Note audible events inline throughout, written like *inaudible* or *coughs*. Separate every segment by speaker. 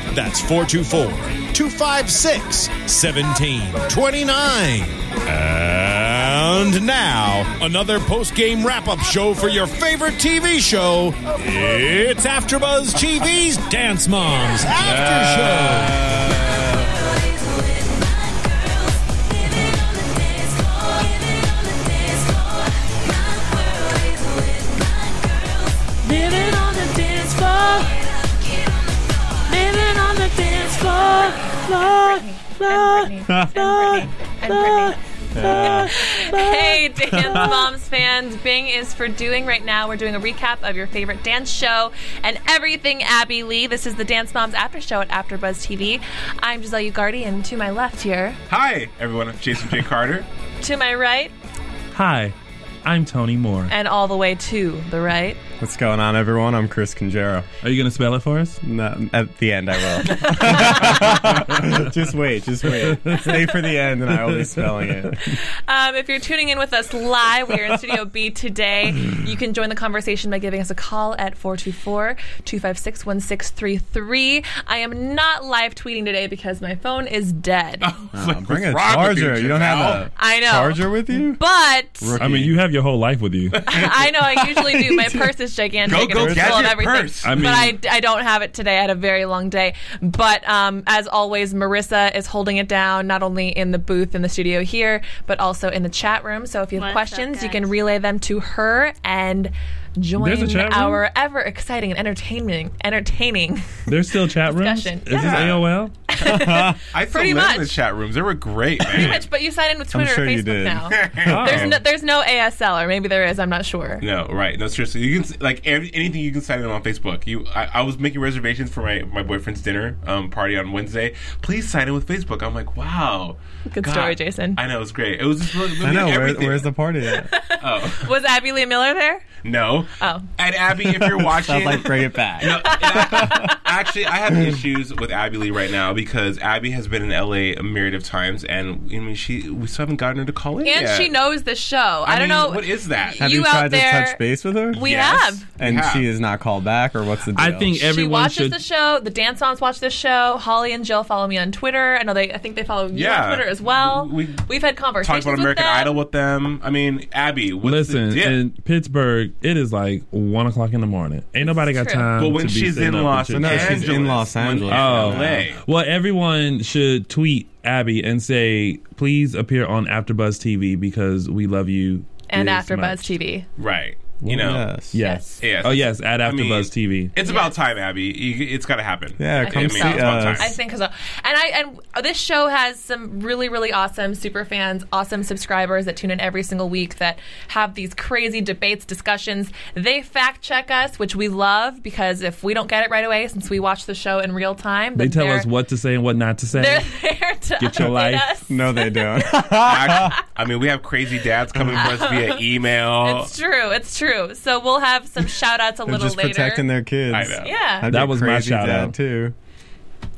Speaker 1: That's 424 256 1729. And now, another post game wrap up show for your favorite TV show. It's AfterBuzz TV's Dance Moms After Show.
Speaker 2: Living on the dance floor. Living on the dance floor. floor, floor, floor,
Speaker 3: Ah.
Speaker 2: floor, floor, floor.
Speaker 3: Hey, Dance Moms fans. Bing is for doing right now. We're doing a recap of your favorite dance show and everything Abby Lee. This is the Dance Moms After Show at AfterBuzz TV. I'm Giselle Ugardi, and to my left here,
Speaker 4: Hi, everyone. I'm Jason J. Carter.
Speaker 3: to my right,
Speaker 5: Hi, I'm Tony Moore.
Speaker 3: and all the way to the right.
Speaker 5: What's going on, everyone? I'm Chris Conjero. Are you going to spell it for us? No, at the end, I will. *laughs* just wait, just wait. Stay for the end, and I will be spelling it.
Speaker 3: Um, if you're tuning in with us live, we are in Studio B today.
Speaker 6: *laughs*
Speaker 3: You can join the conversation by giving us a call at 424 256 1633. I am not live tweeting today because my phone is
Speaker 6: *laughs*
Speaker 3: dead.
Speaker 5: bring Uh, a
Speaker 4: wrong with you,
Speaker 5: charger. You don't have a
Speaker 3: I know.
Speaker 5: charger with you?
Speaker 3: But
Speaker 5: I mean, you have your whole
Speaker 3: *laughs*
Speaker 5: life with you.
Speaker 3: I know I
Speaker 7: *laughs*
Speaker 3: usually do. My purse is gigantic
Speaker 4: Go-
Speaker 3: and
Speaker 4: go
Speaker 3: it's
Speaker 4: get
Speaker 3: full of
Speaker 4: your
Speaker 3: everything.
Speaker 4: purse.
Speaker 5: I mean-
Speaker 3: but I, I don't have it today. I had a very long day. But um, as always, Marissa is holding it down, not only in the booth in the studio here, but also in the chat room. So if you have
Speaker 7: What's up,
Speaker 3: questions, you
Speaker 7: guys?
Speaker 3: can relay them to her and
Speaker 5: There's a
Speaker 3: join
Speaker 5: chat room?
Speaker 3: our ever exciting and entertaining entertaining *laughs*
Speaker 5: There's still chat rooms.
Speaker 3: Discussion.
Speaker 5: Is this
Speaker 4: Yeah.
Speaker 5: AOL?
Speaker 4: I still
Speaker 3: Pretty
Speaker 4: live
Speaker 3: much.
Speaker 4: in the chat rooms. They were great, man.
Speaker 3: Pretty much, but you sign in with Twitter
Speaker 5: sure
Speaker 3: or
Speaker 5: you
Speaker 3: Facebook
Speaker 5: did. *laughs*
Speaker 3: now.
Speaker 5: Oh.
Speaker 3: There's no, there's no ASL, or maybe there is. I'm not sure.
Speaker 4: No, right. No, seriously. You can like every, anything you can sign in on Facebook. You, I, I was making reservations for my, my boyfriend's dinner um, party on Wednesday. Please sign in with Facebook. I'm like, wow.
Speaker 3: Good story, Jason.
Speaker 4: I know it was great. It was just
Speaker 5: I know. Where,
Speaker 4: everything.
Speaker 5: where's the party at?
Speaker 3: Was Abby Lee Miller there?
Speaker 4: no.
Speaker 3: Oh.
Speaker 4: And Abby,
Speaker 5: *laughs*
Speaker 4: if you're watching,
Speaker 8: Sounds like bring it back.
Speaker 4: No, I- actually, I have issues with Abby Lee right now because Abby has been in LA a myriad of times, and I mean, she we still haven't gotten her to call in.
Speaker 3: And
Speaker 4: yet.
Speaker 3: she knows the show. I, don't
Speaker 4: mean,
Speaker 3: know.
Speaker 4: what is that?
Speaker 3: y-
Speaker 4: Have
Speaker 5: Have you,
Speaker 3: you
Speaker 5: tried
Speaker 3: out
Speaker 5: to
Speaker 3: there-
Speaker 5: touch base with her?
Speaker 3: We
Speaker 4: Yes.
Speaker 3: have.
Speaker 5: and
Speaker 4: Yeah.
Speaker 5: she is not called back, or what's the deal?
Speaker 1: I think
Speaker 3: She
Speaker 1: everyone
Speaker 3: watches
Speaker 1: should.
Speaker 3: the show. The Dance Moms watch this show. Holly and Jill follow me on Twitter. I know they. I think they follow you
Speaker 4: Yeah.
Speaker 3: on Twitter as well.
Speaker 4: We-
Speaker 3: We, have had
Speaker 4: Talk
Speaker 3: conversations
Speaker 4: about American
Speaker 3: with them.
Speaker 4: Idol with them. I mean, Abby, what's
Speaker 1: Listen,
Speaker 4: the dip?
Speaker 1: in Pittsburgh, it is like one o'clock in the morning. Ain't nobody got
Speaker 3: It's true.
Speaker 1: time.
Speaker 4: but when
Speaker 1: to be
Speaker 4: she's
Speaker 1: sitting
Speaker 4: in
Speaker 1: up and
Speaker 4: Los
Speaker 1: chit-
Speaker 5: No,
Speaker 4: Angeles,
Speaker 5: she's in Los
Speaker 4: when
Speaker 5: Angeles.
Speaker 4: in LA.
Speaker 1: Oh. Well, everyone should tweet Abby and say, please appear on AfterBuzz TV because we love you.
Speaker 3: and
Speaker 1: this
Speaker 3: AfterBuzz
Speaker 1: much."
Speaker 3: TV.
Speaker 4: right. You know.
Speaker 5: Yes.
Speaker 6: Yes.
Speaker 4: Yes.
Speaker 6: Oh, yes, at
Speaker 4: I
Speaker 6: AfterBuzz
Speaker 4: mean,
Speaker 6: TV.
Speaker 4: It's about time, Abby. You- It's got to happen.
Speaker 6: Yeah,
Speaker 4: I
Speaker 6: come
Speaker 4: mean,
Speaker 6: see
Speaker 4: it's about time.
Speaker 3: I think so. And I and this show has some really really awesome super fans, awesome subscribers that tune in every single week that have these crazy debates, discussions. They fact check us, which we love because if we don't get it right away, since we watch the show in real time,
Speaker 6: They
Speaker 3: then
Speaker 6: tell
Speaker 3: they're-
Speaker 6: us what to say and what not to say.
Speaker 3: They're *laughs* there to
Speaker 6: Get your
Speaker 3: update
Speaker 6: life.
Speaker 3: us.
Speaker 6: No, they don't.
Speaker 4: I I mean, we have crazy dads coming
Speaker 3: *laughs*
Speaker 4: for us via email.
Speaker 3: It's true. It's true. So we'll have some shout outs a
Speaker 4: They're
Speaker 3: little
Speaker 4: just
Speaker 3: later.
Speaker 4: protecting
Speaker 5: their kids.
Speaker 3: I know. Yeah.
Speaker 5: I'd be
Speaker 6: That
Speaker 5: a
Speaker 6: was my
Speaker 5: crazy
Speaker 6: shout
Speaker 5: dad,
Speaker 6: out.
Speaker 5: too.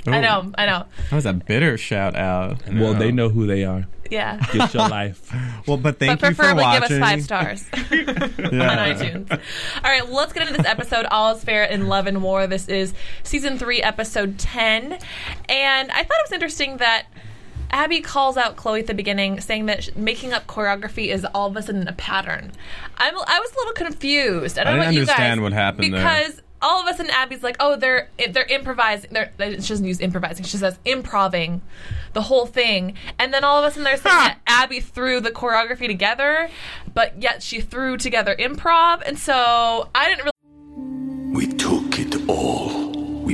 Speaker 3: I
Speaker 5: Ooh.
Speaker 3: know. I know.
Speaker 5: That was a bitter shout out.
Speaker 6: *laughs* Well, they know who they are.
Speaker 3: Yeah.
Speaker 4: *laughs*
Speaker 6: Get your life.
Speaker 5: Well, but thank
Speaker 3: but
Speaker 5: you for
Speaker 3: preferably
Speaker 5: watching.
Speaker 3: give us five stars *laughs* on
Speaker 5: Yeah.
Speaker 3: iTunes. All right, well, let's get into this episode. All is fair in love and war. This is season three, episode ten, and I thought it was interesting that. Abby calls out Chloe at the beginning, saying that sh- making up choreography is all of a sudden a pattern. I'm, I was a little confused. I
Speaker 5: I
Speaker 3: don't know
Speaker 5: didn't
Speaker 3: about you guys,
Speaker 5: understand what happened there.
Speaker 3: because all of a sudden Abby's like, "Oh, they're they're improvising. They're, she doesn't use improvising. She says improving the whole thing." And then all of a sudden they're saying that Abby threw the choreography together, but yet she threw together improv. And so I didn't really.
Speaker 9: We took it all. We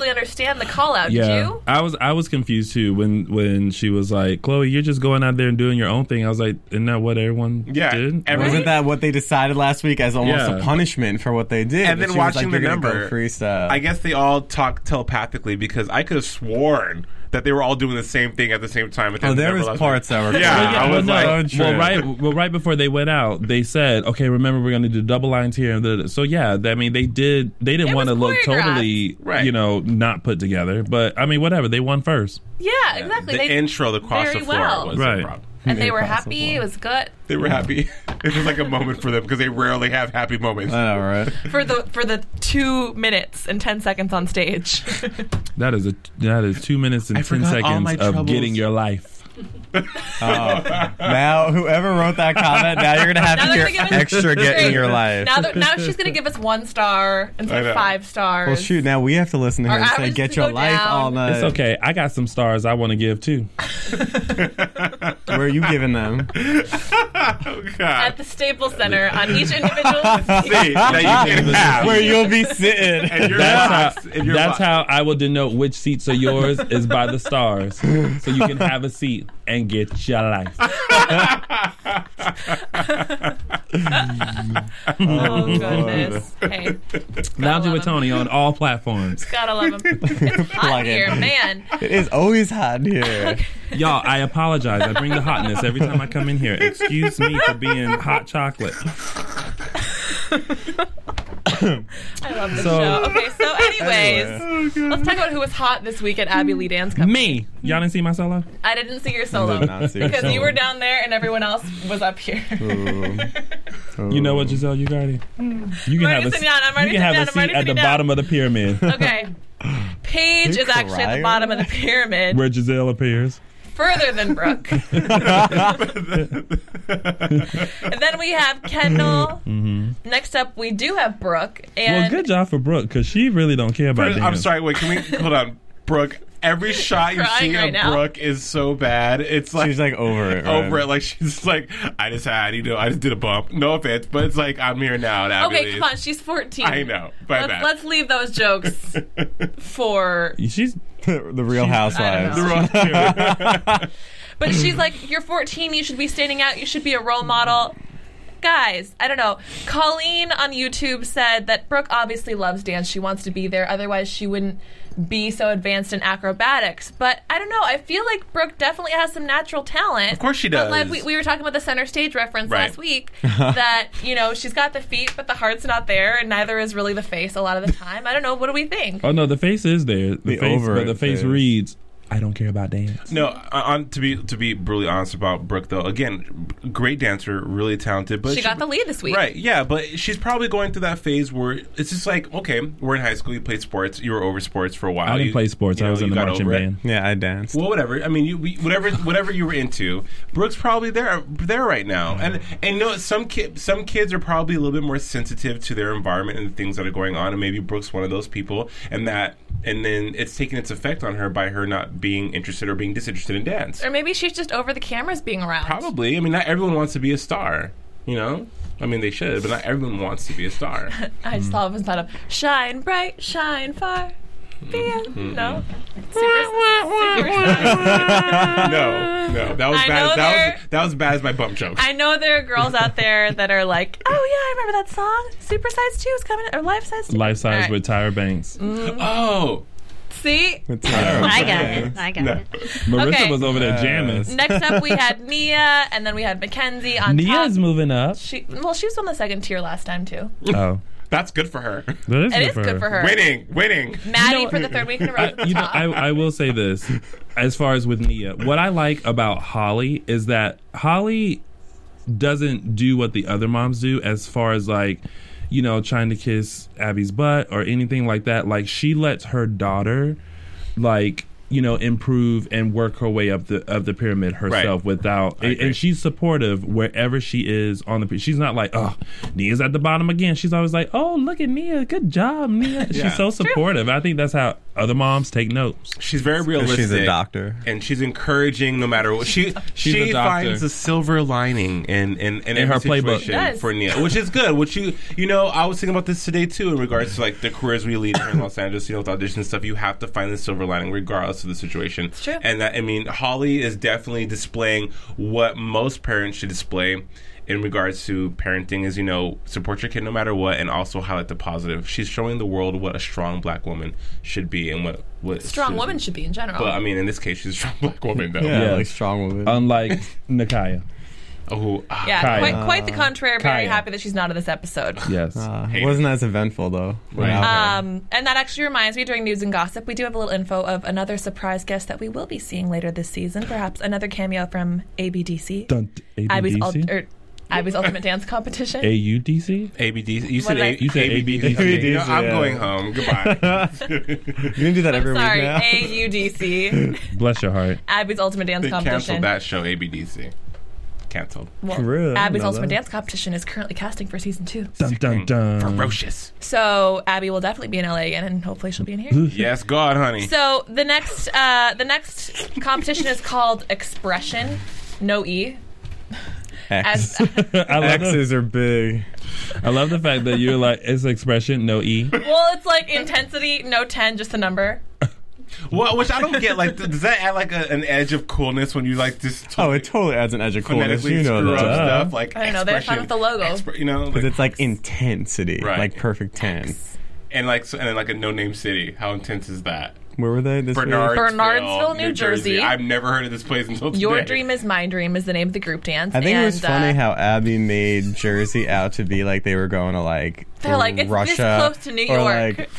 Speaker 3: really understand the call out, did
Speaker 6: yeah,
Speaker 3: you?
Speaker 6: I was I was confused too when when she was like, "Chloe, you're just going out there and doing your own thing." I was like, "Isn't that what everyone did?"
Speaker 5: Wasn't that what they decided last week as almost
Speaker 6: Yeah.
Speaker 5: a punishment for what they did?
Speaker 4: And
Speaker 5: That
Speaker 4: then
Speaker 5: she was
Speaker 4: watching
Speaker 5: like,
Speaker 4: the
Speaker 5: "You're gonna go
Speaker 4: number,
Speaker 5: free stuff."
Speaker 4: I guess they all talk telepathically because I could have sworn that they were all doing the same thing at the same time. At the
Speaker 5: Oh,
Speaker 4: end of
Speaker 5: there
Speaker 4: the
Speaker 5: was
Speaker 4: last
Speaker 5: parts
Speaker 4: one.
Speaker 5: that were
Speaker 4: yeah.
Speaker 5: funny.
Speaker 4: I was
Speaker 5: Well, no.
Speaker 4: like,
Speaker 5: True.
Speaker 6: well, right, well, right before they went out, they said, "Okay, remember we're going to do double lines here." and da-da-da." So yeah, I mean, they did. They didn't want to look totally, you know, not put together. But I mean, whatever. They won first.
Speaker 3: Yeah, exactly.
Speaker 6: the
Speaker 3: they
Speaker 4: intro, the cross
Speaker 3: very
Speaker 4: the floor
Speaker 3: well.
Speaker 4: was
Speaker 6: Right.
Speaker 4: the problem.
Speaker 3: and they were happy. It was good
Speaker 4: They were happy. *laughs* it was like a moment for them because they rarely have happy moments.
Speaker 5: All right.
Speaker 3: for the for the two minutes and ten seconds on stage.
Speaker 6: That is a that is two minutes and ten
Speaker 5: forgot all
Speaker 6: seconds
Speaker 5: my
Speaker 6: of
Speaker 5: troubles.
Speaker 6: getting
Speaker 5: *laughs*
Speaker 6: your life.
Speaker 5: Oh. now, whoever wrote that comment, now you're gonna have
Speaker 3: Now
Speaker 5: to
Speaker 3: they're
Speaker 5: hear
Speaker 3: gonna give us-
Speaker 5: extra get in
Speaker 3: Great.
Speaker 5: your life.
Speaker 3: Now, that- now she's going to give us one star instead
Speaker 5: I know.
Speaker 3: of five stars.
Speaker 5: well, shoot. Now we have to listen to her
Speaker 3: Our
Speaker 5: and say,
Speaker 3: hours
Speaker 5: "Get
Speaker 3: go
Speaker 5: your life
Speaker 3: down.
Speaker 5: all night."
Speaker 6: It's okay. I got some stars I want to give too.
Speaker 5: Where are you
Speaker 6: *laughs*
Speaker 5: giving them?
Speaker 3: At the Staples Center on each individual.
Speaker 4: *laughs*
Speaker 5: *laughs*
Speaker 4: that you can have.
Speaker 5: Where you'll be sitting.
Speaker 6: That's, how, that's how I will denote which seats are yours is by the stars. So
Speaker 4: *laughs*
Speaker 6: you can have a seat and get your life.
Speaker 3: oh, goodness. Hey,
Speaker 6: Lounging with Tony on all platforms.
Speaker 3: gotta love them. It's hot
Speaker 6: Plug in.
Speaker 3: here, man.
Speaker 5: It is always hot in here.
Speaker 6: Y'all, I apologize. I bring the hotness every time I come in here. Excuse me for being hot chocolate.
Speaker 3: I love this
Speaker 6: So-
Speaker 3: show. Okay, so anyways,
Speaker 6: Anyway.
Speaker 3: let's talk about who was hot this week at Abby Lee Dance Company.
Speaker 6: Me. Y'all didn't see my solo?
Speaker 3: I didn't see your solo
Speaker 6: did not see your
Speaker 3: because you
Speaker 6: solo.
Speaker 3: were down there and everyone else was up here.
Speaker 6: You know what, Giselle, you got it. You can
Speaker 3: I'm
Speaker 6: have a,
Speaker 3: already sitting down. I'm
Speaker 6: you
Speaker 3: already
Speaker 6: can have
Speaker 3: sitting down. I'm
Speaker 6: a seat
Speaker 3: already
Speaker 6: at the
Speaker 3: sitting down.
Speaker 6: bottom of the pyramid *laughs*
Speaker 3: Okay. Paige
Speaker 6: You're
Speaker 3: is actually at the
Speaker 6: crying?
Speaker 3: bottom of the pyramid,
Speaker 6: where Giselle appears.
Speaker 3: further than Brooke. and then we have Kendall.
Speaker 6: hmm
Speaker 3: Next up, we do have Brooke.
Speaker 6: Well,
Speaker 3: And
Speaker 6: good job for Brooke because she really don't care about
Speaker 4: First- I'm
Speaker 6: dance.
Speaker 4: sorry. Wait, can we hold on, Brooke?
Speaker 3: *laughs*
Speaker 4: Every shot you
Speaker 3: Crying
Speaker 4: see
Speaker 3: right
Speaker 4: of
Speaker 3: now.
Speaker 4: Brooke is so bad. It's like she's
Speaker 5: like um, over it,
Speaker 4: over
Speaker 5: right?
Speaker 4: it. Like she's like, I just had, you know, I just did a bump. No offense, but it's like I'm here now. now
Speaker 3: okay, come on. She's 14.
Speaker 4: I know. My
Speaker 3: let's,
Speaker 4: bad.
Speaker 3: let's leave those
Speaker 4: *laughs*
Speaker 3: jokes for.
Speaker 6: She's
Speaker 5: *laughs* the Real Housewives.
Speaker 3: But she's like, you're 14. You should be standing out. You should be a role model. Guys, I don't know. Colleen on YouTube said that Brooke obviously loves dance. She wants to be there. Otherwise, she wouldn't be so advanced in acrobatics. But I don't know. I feel like Brooke definitely has some natural talent. Of
Speaker 4: course she
Speaker 3: But
Speaker 4: does.
Speaker 3: like we, we were talking about the center stage reference
Speaker 4: Right.
Speaker 3: last week, *laughs* that you know she's got the feet, but the heart's not there, and neither is really the face a lot of the time. I don't know. What do we think?
Speaker 6: Oh no, the face is there. The,
Speaker 5: The
Speaker 6: face,
Speaker 5: over
Speaker 6: but the
Speaker 5: it
Speaker 6: face
Speaker 5: face.
Speaker 6: reads I don't care about dance.
Speaker 4: No, uh, on to be to be brutally honest about Brooke though. Again, great dancer, really talented, but
Speaker 3: she got the lead this week.
Speaker 4: Right, yeah, but she's probably going through that phase where it's just like, okay, we're in high school, you played sports, you were over sports for a while.
Speaker 6: I didn't
Speaker 4: you-
Speaker 6: play sports.
Speaker 4: you
Speaker 6: I
Speaker 4: know,
Speaker 6: was in
Speaker 4: you
Speaker 6: the
Speaker 4: got
Speaker 6: marching
Speaker 4: over it.
Speaker 6: band.
Speaker 5: Yeah, I danced.
Speaker 4: Well, whatever. I mean, you we, whatever whatever you were into, Brooke's probably there there right now. And and you know what? some kid some kids are probably a little bit more sensitive to their environment and the things that are going on. And maybe Brooke's one of those people. And that and then it's taking its effect on her by her not being interested or being disinterested in dance.
Speaker 3: Or maybe she's just over the cameras being around.
Speaker 4: Probably. I mean, not everyone wants to be a star. You know. I mean, they should, but not everyone wants to be
Speaker 3: *laughs*
Speaker 4: a star.
Speaker 3: I just thought of and thought of shine bright, shine far. Be a-"
Speaker 4: Mm-mm.
Speaker 3: No.
Speaker 4: Mm-hmm.
Speaker 3: Super, super
Speaker 4: no, no, that was
Speaker 3: I know
Speaker 4: bad. That
Speaker 3: they're-
Speaker 4: was that was bad as my bump joke.
Speaker 3: I know there are girls out there that are like, oh yeah, I remember that song. Super Size 2 is coming, or Life Size 2.
Speaker 6: Life size
Speaker 3: All right.
Speaker 6: with Tyra Banks.
Speaker 3: Mm.
Speaker 4: Oh.
Speaker 3: See?
Speaker 6: With
Speaker 3: Tyra I got it. Banks. I got No. it.
Speaker 6: Marissa
Speaker 3: Okay.
Speaker 6: was over there
Speaker 3: Uh,
Speaker 6: jamming.
Speaker 3: Next up, we
Speaker 6: *laughs*
Speaker 3: had Nia, and then we had Mackenzie on top.
Speaker 6: Nia's moving up.
Speaker 3: She, well, she was on the second tier last time, too.
Speaker 6: Oh,
Speaker 4: that's good for her.
Speaker 6: That is
Speaker 3: It
Speaker 6: good
Speaker 3: is
Speaker 6: for
Speaker 3: good
Speaker 6: her.
Speaker 3: for her.
Speaker 4: Winning, winning.
Speaker 3: Maddie for the third week in a row.
Speaker 6: you know, *laughs* I, I will say this as far as with Nia, what I like about Holly is that Holly doesn't do what the other moms do as far as like, you know, trying to kiss Abby's butt or anything like that. Like, she lets her daughter, like, you know, improve and work her way up the of the pyramid herself without, and, and she's supportive wherever she is on the. p- She's not like, oh, Nia's at the bottom again. She's always like, oh, look at Nia, good job,
Speaker 5: *laughs*
Speaker 6: Nia.
Speaker 4: Yeah.
Speaker 6: She's so
Speaker 4: True.
Speaker 6: supportive. I think that's how other moms take notes.
Speaker 4: She's very realistic. and she's encouraging no matter what. She
Speaker 6: She's a
Speaker 4: she
Speaker 6: doctor.
Speaker 4: finds a silver lining in in, in,
Speaker 6: In her
Speaker 4: every
Speaker 6: playbook.
Speaker 4: situation
Speaker 6: Yes.
Speaker 4: for Nia, which is good. Which you you know, I was thinking about this today too in regards to like the careers we lead here in Los Angeles. You know, with audition stuff, you have to find the silver lining regardless of the situation. It's
Speaker 3: true.
Speaker 4: And that I mean, Holly is definitely displaying what most parents should display. In regards to parenting, is you know, support your kid no matter what, and also highlight the positive. She's showing the world what a strong black woman should be, and what what
Speaker 3: Strong
Speaker 4: should-
Speaker 3: woman should be in general.
Speaker 4: but I mean, in this case, she's *laughs* a strong black woman, though.
Speaker 6: Yeah, Yeah. like
Speaker 4: strong woman.
Speaker 5: *laughs*
Speaker 6: Unlike Nakaya.
Speaker 4: Oh,
Speaker 3: yeah, quite, quite the
Speaker 4: Uh,
Speaker 3: contrary. Very
Speaker 5: Kaya.
Speaker 3: happy that she's not in this episode.
Speaker 6: Yes.
Speaker 5: it wasn't as eventful though. Wow.
Speaker 3: Um, and that actually reminds me during news and gossip, we do have a little info of another surprise guest that we will be seeing later this season. Perhaps another cameo from ABDC.
Speaker 6: Dun,
Speaker 3: Abby's, ult-
Speaker 6: ABDC?
Speaker 3: or Abby's Ultimate Dance Competition.
Speaker 6: AUDC?
Speaker 4: ABDC. You
Speaker 3: said What did I- A-
Speaker 6: you said ABDC.
Speaker 4: ABDC, You know, I'm going home. Goodbye.
Speaker 6: You're going to do that every
Speaker 3: Sorry, AUDC.
Speaker 6: Bless your heart.
Speaker 3: Abby's Ultimate Dance
Speaker 4: they
Speaker 3: Competition.
Speaker 4: canceled that show, ABDC. Canceled.
Speaker 3: Well, Abby's Ultimate Dance Competition is currently casting for season two.
Speaker 6: Dun, dun, dun.
Speaker 4: Ferocious.
Speaker 3: So Abby will definitely be in LA again, and hopefully she'll be in here.
Speaker 4: yes, God, honey.
Speaker 3: So the next uh, the next competition is called Expression, no e.
Speaker 4: *laughs*
Speaker 6: X. I love X's are big. I love the fact that you're like, it's expression, no E.
Speaker 3: Well, it's like intensity, no ten, just a number.
Speaker 4: Well, which I don't get. Like, does that add like a, an edge of coolness when you like just
Speaker 5: Oh, it totally adds an edge of coolness.
Speaker 4: phonetically
Speaker 5: You know
Speaker 4: screw
Speaker 5: that.
Speaker 4: up stuff? Like,
Speaker 3: I don't know. They're fun
Speaker 4: expression.
Speaker 3: with the logo.
Speaker 4: you know,
Speaker 5: because it's like intensity, like perfect ten.
Speaker 4: and like, so, and then like a no-name city. How intense is that?
Speaker 5: Where were they? This week?
Speaker 4: Bernardsville,
Speaker 3: Bernardsville, New Jersey.
Speaker 4: I've never heard of this place until today.
Speaker 3: Your dream is my dream is the name of the group dance.
Speaker 5: I think it was
Speaker 3: and,
Speaker 5: funny
Speaker 3: uh,
Speaker 5: how Abby made Jersey out to be like they were going to like
Speaker 3: they're like it's
Speaker 5: Russia
Speaker 3: this close to New
Speaker 5: or,
Speaker 3: York.
Speaker 5: like,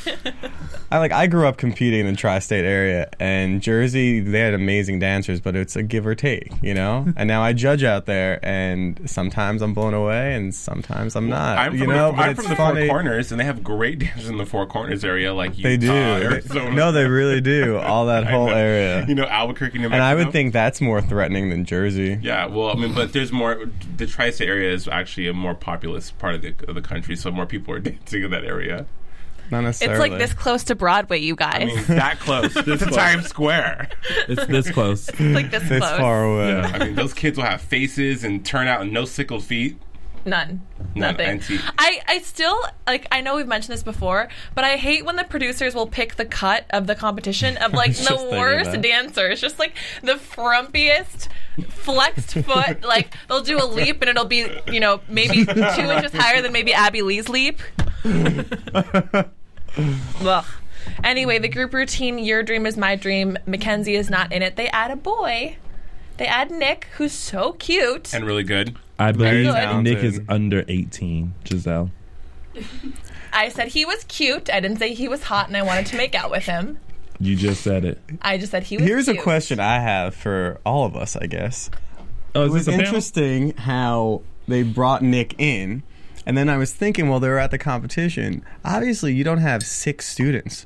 Speaker 5: I like I grew up competing in the tri-state area, and Jersey they had amazing dancers, but it's a give or take,
Speaker 3: *laughs*
Speaker 5: you know. and now I judge out there, and sometimes I'm blown away, and sometimes I'm not.
Speaker 4: I'm from,
Speaker 5: Uh, you know,
Speaker 4: the,
Speaker 5: but
Speaker 4: I'm
Speaker 5: it's
Speaker 4: from the
Speaker 5: funny.
Speaker 4: Four Corners, and they have great *laughs* dancers in the Four Corners area, like Utah,
Speaker 5: They do. They-
Speaker 4: Arizona.
Speaker 5: no, they really do. All
Speaker 4: *laughs*
Speaker 5: that whole area.
Speaker 4: You know, Albuquerque, New
Speaker 5: and I would
Speaker 4: Mexico?
Speaker 5: think that's more threatening than Jersey.
Speaker 4: Yeah, well, I mean, but there's more. The tri-state area is actually a more populous part of the, of the country, so more people are *laughs* dancing in that area.
Speaker 3: *laughs*
Speaker 5: Not
Speaker 3: it's like this close to Broadway, you guys. *laughs*
Speaker 4: I mean, that close. *laughs*
Speaker 3: This
Speaker 4: It's a
Speaker 3: close.
Speaker 4: Times Square.
Speaker 6: It's
Speaker 3: *laughs*
Speaker 6: this close.
Speaker 3: like
Speaker 5: *laughs*
Speaker 3: this This close. far away.
Speaker 4: Yeah, I mean, those kids will have faces and turn out and no sickle feet.
Speaker 3: None.
Speaker 4: None.
Speaker 3: Nothing.
Speaker 4: And teeth.
Speaker 3: I, I still like I know we've mentioned this before, but I hate when the producers will pick the cut of the competition
Speaker 4: *laughs*
Speaker 3: of like
Speaker 7: Just
Speaker 3: the
Speaker 7: thinking
Speaker 3: worst
Speaker 7: that.
Speaker 3: dancers, just like the frumpiest
Speaker 4: *laughs*
Speaker 3: flexed foot. Like they'll do a leap and it'll be you know
Speaker 4: *laughs*
Speaker 3: maybe two inches higher than maybe Abby Lee's leap. Well, anyway, the group routine "Your Dream Is My Dream." Mackenzie is not in it. They add a boy. They add Nick, who's so cute.
Speaker 4: And really good.
Speaker 6: I
Speaker 3: Very
Speaker 6: believe
Speaker 3: talented.
Speaker 6: Nick is under 18, Giselle.
Speaker 3: I said he was cute. I didn't say he was hot, and I wanted to make out with him.
Speaker 6: You just said it.
Speaker 3: I just said he was.
Speaker 5: Here's a
Speaker 3: cute.
Speaker 5: question I have for all of us, I guess.
Speaker 6: Oh, is
Speaker 5: it was
Speaker 6: this a panel?
Speaker 5: interesting how they brought Nick in, and then I was thinking while they were at the competition, obviously you don't have six students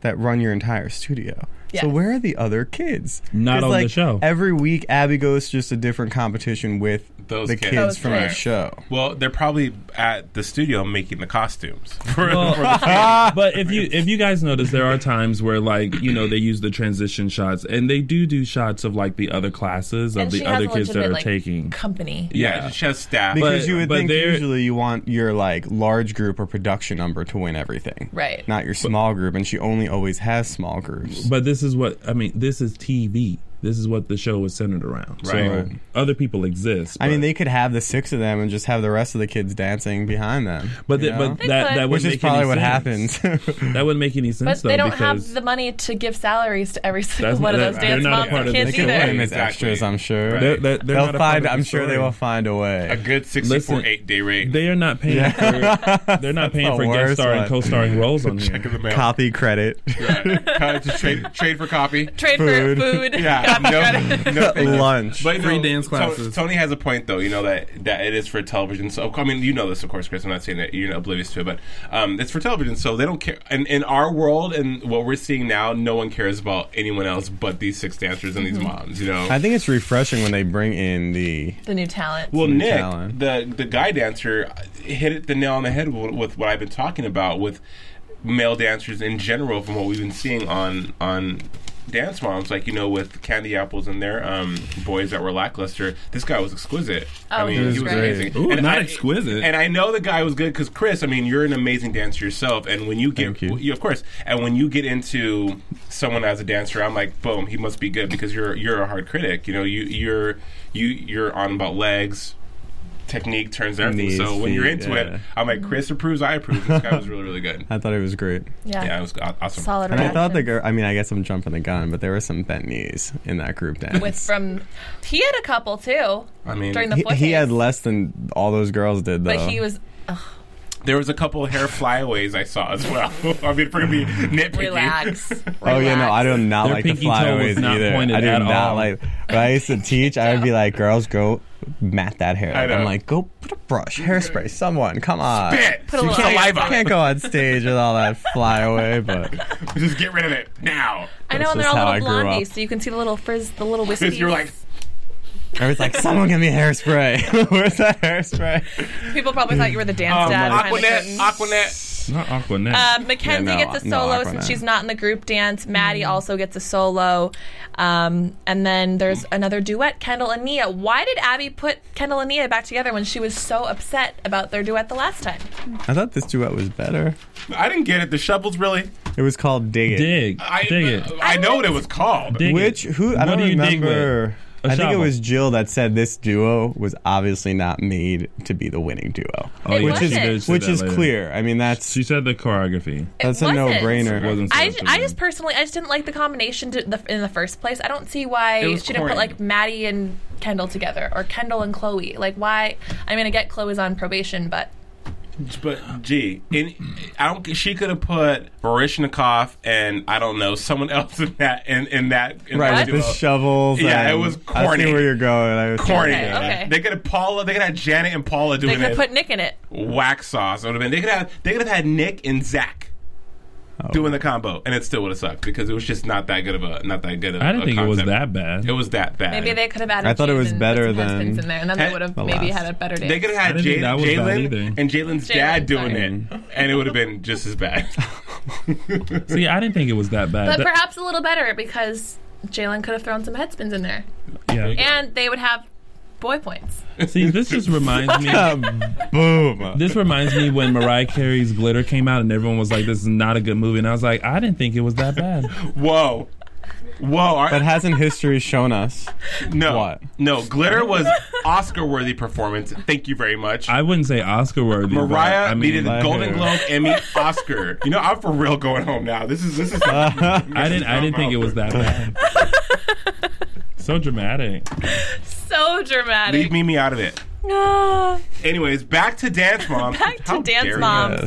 Speaker 5: that run your entire studio. So
Speaker 6: Yes.
Speaker 5: where are the other kids?
Speaker 6: Not
Speaker 5: 'Cause,
Speaker 6: on the
Speaker 5: like,
Speaker 6: show.
Speaker 5: Every week, Abby goes to just a different competition with
Speaker 4: Those
Speaker 5: the
Speaker 4: kids,
Speaker 5: kids, from the show.
Speaker 4: Well, they're probably at the studio making the costumes. *laughs* For,
Speaker 6: Well,
Speaker 4: for
Speaker 6: *laughs*
Speaker 4: the-
Speaker 6: but if you if you guys notice, there are times where like you know they use the transition shots, and they do do shots of like the other classes of
Speaker 3: And she
Speaker 6: the
Speaker 3: has
Speaker 6: other
Speaker 3: a
Speaker 6: kids that
Speaker 3: legitimate,
Speaker 6: are
Speaker 3: like,
Speaker 6: taking.
Speaker 3: company.
Speaker 4: Yeah, she has staff.
Speaker 5: Because
Speaker 4: But-
Speaker 5: you would
Speaker 4: but
Speaker 5: think
Speaker 4: they're-
Speaker 5: usually you want your like large group or production number to win everything,
Speaker 3: Right.
Speaker 5: Not your small group, and she only always has small groups.
Speaker 6: But this is what I mean. This is TV. This is what the show is centered around.
Speaker 5: Right.
Speaker 6: So other people exist.
Speaker 5: I mean, they could have the six of them and just have the rest of the kids dancing behind them.
Speaker 6: But
Speaker 5: you
Speaker 6: the-
Speaker 5: know?
Speaker 6: but They that- could. that
Speaker 5: which
Speaker 6: wouldn't
Speaker 5: is
Speaker 6: make
Speaker 5: probably
Speaker 6: any
Speaker 5: what
Speaker 6: sense.
Speaker 5: *laughs* happens.
Speaker 6: *laughs* that wouldn't make any
Speaker 3: But
Speaker 6: sense
Speaker 3: they
Speaker 6: though
Speaker 3: don't
Speaker 6: because
Speaker 3: have the money to give salaries to every single
Speaker 6: That's-
Speaker 3: one of
Speaker 6: that-
Speaker 3: those
Speaker 6: they're
Speaker 3: dance
Speaker 6: not a
Speaker 3: moms
Speaker 6: part
Speaker 3: and
Speaker 6: of
Speaker 3: kids
Speaker 5: they could
Speaker 3: either.
Speaker 5: win as extras, I'm
Speaker 6: Right.
Speaker 5: sure.
Speaker 6: They're- they're- they're
Speaker 5: They'll
Speaker 6: not a part
Speaker 5: find.
Speaker 6: of
Speaker 5: I'm
Speaker 6: the
Speaker 5: sure they
Speaker 6: story.
Speaker 5: will find a way.
Speaker 4: a good sixty-four
Speaker 6: Listen,
Speaker 4: eight day rate.
Speaker 6: they are not paying.
Speaker 5: *laughs*
Speaker 6: For, they're not paying
Speaker 5: the
Speaker 6: for guest
Speaker 5: worst
Speaker 6: star and
Speaker 5: one.
Speaker 6: co-starring roles
Speaker 4: *laughs*
Speaker 6: on
Speaker 4: Check in the
Speaker 6: here.
Speaker 4: mail.
Speaker 5: Copy credit.
Speaker 4: Kinda just trade, trade for
Speaker 5: *laughs*
Speaker 3: *laughs*
Speaker 4: copy.
Speaker 3: Trade
Speaker 5: Food.
Speaker 3: for *laughs* food.
Speaker 4: Yeah, no, no thank you.
Speaker 5: Lunch.
Speaker 4: But
Speaker 6: Free
Speaker 4: no,
Speaker 6: dance
Speaker 4: To-
Speaker 6: classes.
Speaker 4: Tony has a point, though. You know that that it is for television. So I mean, you know this, of course, Chris. I'm not saying that you're not oblivious to it, but um, it's for television. So they don't care. And in our world and what we're seeing now, no one cares about anyone else but these six dancers and these
Speaker 5: Mm-hmm.
Speaker 4: moms. You know.
Speaker 5: I think it's refreshing when they bring in the
Speaker 3: The new
Speaker 5: *laughs*
Speaker 3: talent.
Speaker 4: Well,
Speaker 5: New
Speaker 4: Nick,
Speaker 5: talent.
Speaker 4: the the guy dancer, hit it the nail on the head with, with what I've been talking about with male dancers in general, from what we've been seeing on on Dance Moms, like you know, with Candy Apples and their um, boys that were lackluster. This guy was exquisite. I
Speaker 3: Oh,
Speaker 4: mean,
Speaker 3: he was
Speaker 4: he was
Speaker 3: great.
Speaker 4: amazing.
Speaker 6: Ooh, not
Speaker 4: I-
Speaker 6: exquisite.
Speaker 4: And I know the guy was good because Chris. I mean, you're an amazing dancer yourself, and when you get, you. of course, and when you get into someone as a dancer, I'm like, boom, he must be good because you're you're a hard critic. You know, you you're you you're on about legs. Technique turns everything.
Speaker 5: Knees,
Speaker 4: so when you're
Speaker 5: feet,
Speaker 4: into
Speaker 5: yeah.
Speaker 4: it, I'm like, Chris approves, I approve. This guy was really, really good.
Speaker 5: I thought it was great.
Speaker 3: Yeah.
Speaker 4: *laughs* Yeah, it was aw- awesome.
Speaker 3: Solid
Speaker 5: And I thought the
Speaker 3: reaction.
Speaker 5: girl. I mean, I guess I'm jumping the gun, but there were some bent knees in that group dance.
Speaker 3: with from he had a couple too.
Speaker 4: I mean,
Speaker 3: during the
Speaker 5: he,
Speaker 3: foot
Speaker 5: he
Speaker 3: dance,
Speaker 5: had less than all those girls did, though.
Speaker 3: but he was ugh,
Speaker 4: There was a couple of hair flyaways I saw as well. *laughs* I mean, if we're gonna be nitpicky.
Speaker 3: relax.
Speaker 5: Oh yeah, no, I do not
Speaker 6: Their
Speaker 5: like the
Speaker 6: pinky toe was
Speaker 5: flyaways
Speaker 6: not
Speaker 5: either.
Speaker 6: pointed
Speaker 5: I do
Speaker 6: at
Speaker 5: not
Speaker 6: all.
Speaker 5: like. When
Speaker 6: *laughs*
Speaker 5: I used to teach, I would be like, "Girls, go mat that hair."
Speaker 4: I
Speaker 5: I'm
Speaker 4: know.
Speaker 5: like, "Go put a brush, hairspray, someone, come on."
Speaker 4: Spit! Put a
Speaker 5: you
Speaker 4: little
Speaker 5: can't,
Speaker 4: saliva.
Speaker 5: you can't go on stage with all that flyaway, but
Speaker 4: Just get rid of it now.
Speaker 3: I know,
Speaker 5: That's
Speaker 3: and they're
Speaker 5: just
Speaker 3: all
Speaker 5: how
Speaker 3: little
Speaker 5: I grew
Speaker 3: blondies,
Speaker 5: up.
Speaker 3: so you can see the little frizz, the *laughs* little
Speaker 4: Because
Speaker 3: wispies.
Speaker 4: you're like,
Speaker 5: I was like, "Someone give me hairspray." *laughs* Where's that hairspray?
Speaker 3: People probably thought you were the dance
Speaker 4: um,
Speaker 3: dad. kind of
Speaker 4: Aquanet,
Speaker 3: thing.
Speaker 4: Aquanet.
Speaker 6: Not Aquanet.
Speaker 3: Um, Mackenzie
Speaker 5: Yeah, no,
Speaker 3: gets a
Speaker 5: no,
Speaker 3: solo
Speaker 5: Aquanet.
Speaker 3: since she's not in the group dance. Maddie
Speaker 5: Mm-hmm.
Speaker 3: also gets a solo. Um, and then there's
Speaker 5: Mm-hmm.
Speaker 3: another duet, Kendall and Nia. Why did Abby put Kendall and Nia back together when she was so upset about their duet the last time?
Speaker 5: I thought this duet was better.
Speaker 4: I didn't get it. The shovels really.
Speaker 5: It was called "Dig It."
Speaker 6: dig,
Speaker 4: I,
Speaker 6: dig it.
Speaker 4: I know what it was called.
Speaker 6: Dig
Speaker 5: Which
Speaker 6: it.
Speaker 5: who I
Speaker 6: What
Speaker 5: don't
Speaker 6: do you dig with?
Speaker 5: remember.
Speaker 6: A
Speaker 5: I think it
Speaker 6: shovel.
Speaker 5: was Jill that said this duo was obviously not made to be the winning duo,
Speaker 6: Oh, yeah,
Speaker 5: which
Speaker 6: she
Speaker 5: is
Speaker 6: did say
Speaker 5: which
Speaker 6: that
Speaker 5: is
Speaker 6: later.
Speaker 5: clear. I mean, that's
Speaker 6: She said the choreography.
Speaker 5: that's a
Speaker 3: wasn't.
Speaker 5: no-brainer.
Speaker 6: Wasn't
Speaker 3: I,
Speaker 6: set up
Speaker 3: I
Speaker 6: for
Speaker 3: just
Speaker 6: that.
Speaker 3: personally, I just didn't like the combination to the, in the first place. I don't see why
Speaker 4: It
Speaker 3: she
Speaker 4: was
Speaker 3: didn't put
Speaker 4: corny.
Speaker 3: like Maddie and Kendall together or Kendall and Chloe. Like, why? I mean, I get Chloe's on probation, but
Speaker 4: But gee, in, I don't. She could have put Barishnikov and I don't know someone else in that in, in that in
Speaker 5: Right,
Speaker 4: that
Speaker 5: with the
Speaker 4: duo.
Speaker 5: shovels.
Speaker 4: Yeah, it
Speaker 5: and-
Speaker 4: was
Speaker 5: I
Speaker 4: corny.
Speaker 5: see where you're going. I was
Speaker 4: Corny.
Speaker 3: Okay, okay.
Speaker 4: They could have Paula. They could have Janet and Paula
Speaker 3: they
Speaker 4: doing
Speaker 3: could have
Speaker 4: it.
Speaker 3: put Nick in it.
Speaker 4: whack sauce. It would have been. They could have. They could have had Nick and Zach
Speaker 6: Oh.
Speaker 4: doing the combo, and it still would have sucked because it was just not that good of a not that good of.
Speaker 6: I didn't
Speaker 4: a
Speaker 6: think it was
Speaker 4: concept.
Speaker 6: that bad.
Speaker 4: It was that bad.
Speaker 3: Maybe they could have added.
Speaker 5: I thought it
Speaker 3: Jaden
Speaker 5: was
Speaker 3: and put
Speaker 5: better
Speaker 3: some husbands
Speaker 5: than-
Speaker 3: in there, and then they
Speaker 4: Had-
Speaker 3: would have
Speaker 5: the
Speaker 3: maybe
Speaker 5: last.
Speaker 3: had a better day.
Speaker 4: They could have
Speaker 6: I
Speaker 4: had
Speaker 6: didn't think that
Speaker 4: Jalen,
Speaker 6: was bad
Speaker 4: Jalen
Speaker 6: either.
Speaker 4: and Jalen's
Speaker 3: Jalen,
Speaker 4: dad doing
Speaker 3: sorry.
Speaker 4: it, and it would have been just as
Speaker 6: *laughs*
Speaker 4: bad.
Speaker 6: See, I didn't think it was that bad.
Speaker 3: but
Speaker 6: That-
Speaker 3: perhaps a little better because Jalen could have thrown some headspins in there,
Speaker 6: yeah.
Speaker 3: and they would have boy points.
Speaker 6: See, this just reminds me.
Speaker 5: Boom.
Speaker 6: This reminds me when Mariah Carey's Glitter came out, and everyone was like, "This is not a good movie," and I was like, "I didn't think it was that bad."
Speaker 4: Whoa, whoa! Are,
Speaker 5: But hasn't history shown us?
Speaker 4: no,
Speaker 5: what?
Speaker 4: no, glitter was Oscar-worthy performance. Thank you very much.
Speaker 6: I wouldn't say Oscar worthy.
Speaker 4: Mariah
Speaker 6: I mean,
Speaker 4: needed a
Speaker 5: like
Speaker 4: Golden
Speaker 5: her.
Speaker 6: *laughs*
Speaker 4: Globe, Emmy, Oscar. You know, I'm for real going home now. This is this is.
Speaker 6: *laughs* I didn't. I didn't think it was that bad. so dramatic.
Speaker 3: So dramatic.
Speaker 4: Leave Mimi out of it. Anyways, back to Dance Mom.
Speaker 3: Back to
Speaker 4: How
Speaker 3: Dance
Speaker 4: dare you.
Speaker 3: Mom. Um,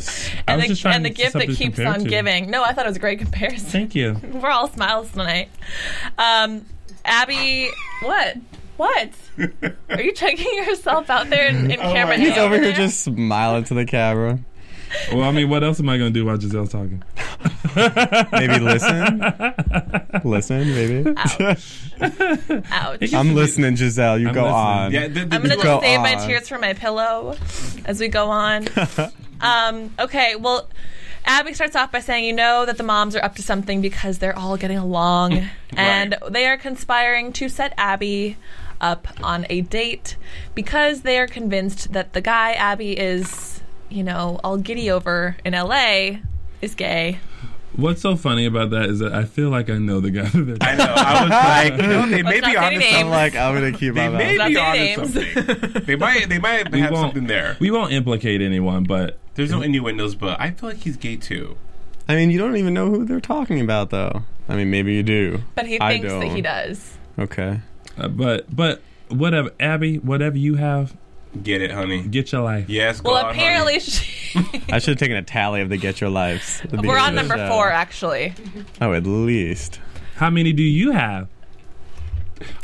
Speaker 3: And the, and the gift that
Speaker 4: something to
Speaker 3: keeps
Speaker 4: compare
Speaker 3: on
Speaker 4: to.
Speaker 3: giving. No, I thought it was a great *laughs* comparison.
Speaker 6: Thank you.
Speaker 3: We're all smiles tonight. Um, Abby, what? What?
Speaker 5: *laughs*
Speaker 3: Are you checking yourself out there in, in camera?
Speaker 5: Oh He's
Speaker 3: A?
Speaker 5: over here just smiling to the camera.
Speaker 6: Well, I mean, what else am I going to do while Giselle's talking?
Speaker 5: *laughs* Maybe listen. listen, maybe.
Speaker 3: Ouch.
Speaker 5: I'm listening, Giselle. You
Speaker 6: I'm
Speaker 5: go
Speaker 6: listening.
Speaker 5: on.
Speaker 6: Yeah, the- the-
Speaker 3: I'm gonna
Speaker 5: You
Speaker 3: just
Speaker 5: go
Speaker 3: save my
Speaker 5: on.
Speaker 3: tears for my pillow as we go
Speaker 5: *laughs*
Speaker 3: on. um, okay, well, Abby starts off by saying, "You know that the moms are up to something because they're all getting
Speaker 5: *laughs*
Speaker 3: along, and they are conspiring to set Abby up on a date because they are convinced that the guy Abby is, you know, all giddy over in L.A. is gay."
Speaker 6: What's so funny about that is that I feel like I know the guy. That I
Speaker 4: know.
Speaker 3: *laughs*
Speaker 4: I was like, you know, they may
Speaker 3: Let's
Speaker 4: be
Speaker 3: not say
Speaker 4: onto
Speaker 3: names.
Speaker 4: something.
Speaker 3: I'm like,
Speaker 5: I'm gonna keep
Speaker 4: They
Speaker 6: my
Speaker 4: may
Speaker 3: mouth
Speaker 4: be
Speaker 3: shut.
Speaker 4: onto
Speaker 3: Not say
Speaker 4: something. They might. They might
Speaker 6: We
Speaker 4: have
Speaker 6: won't-
Speaker 4: something there.
Speaker 6: We won't implicate anyone, but
Speaker 4: There's no innuendos, but I feel like he's gay too.
Speaker 5: I mean, you don't even know who they're talking about, though. I mean, maybe you do.
Speaker 3: But he
Speaker 5: I
Speaker 3: thinks that he
Speaker 5: don't.
Speaker 3: does.
Speaker 5: Okay.
Speaker 6: Uh, but but whatever, Abby, whatever you have,
Speaker 4: get it, honey.
Speaker 6: Get your life.
Speaker 4: Yes.
Speaker 3: Well, apparently
Speaker 4: *laughs*
Speaker 3: she,
Speaker 5: *laughs* I should have taken a tally of the Get Your Lives. at the
Speaker 3: we're
Speaker 5: beginning
Speaker 3: on
Speaker 5: of the
Speaker 3: number
Speaker 5: show.
Speaker 3: four, actually.
Speaker 5: Oh, at least.
Speaker 6: How many do you have?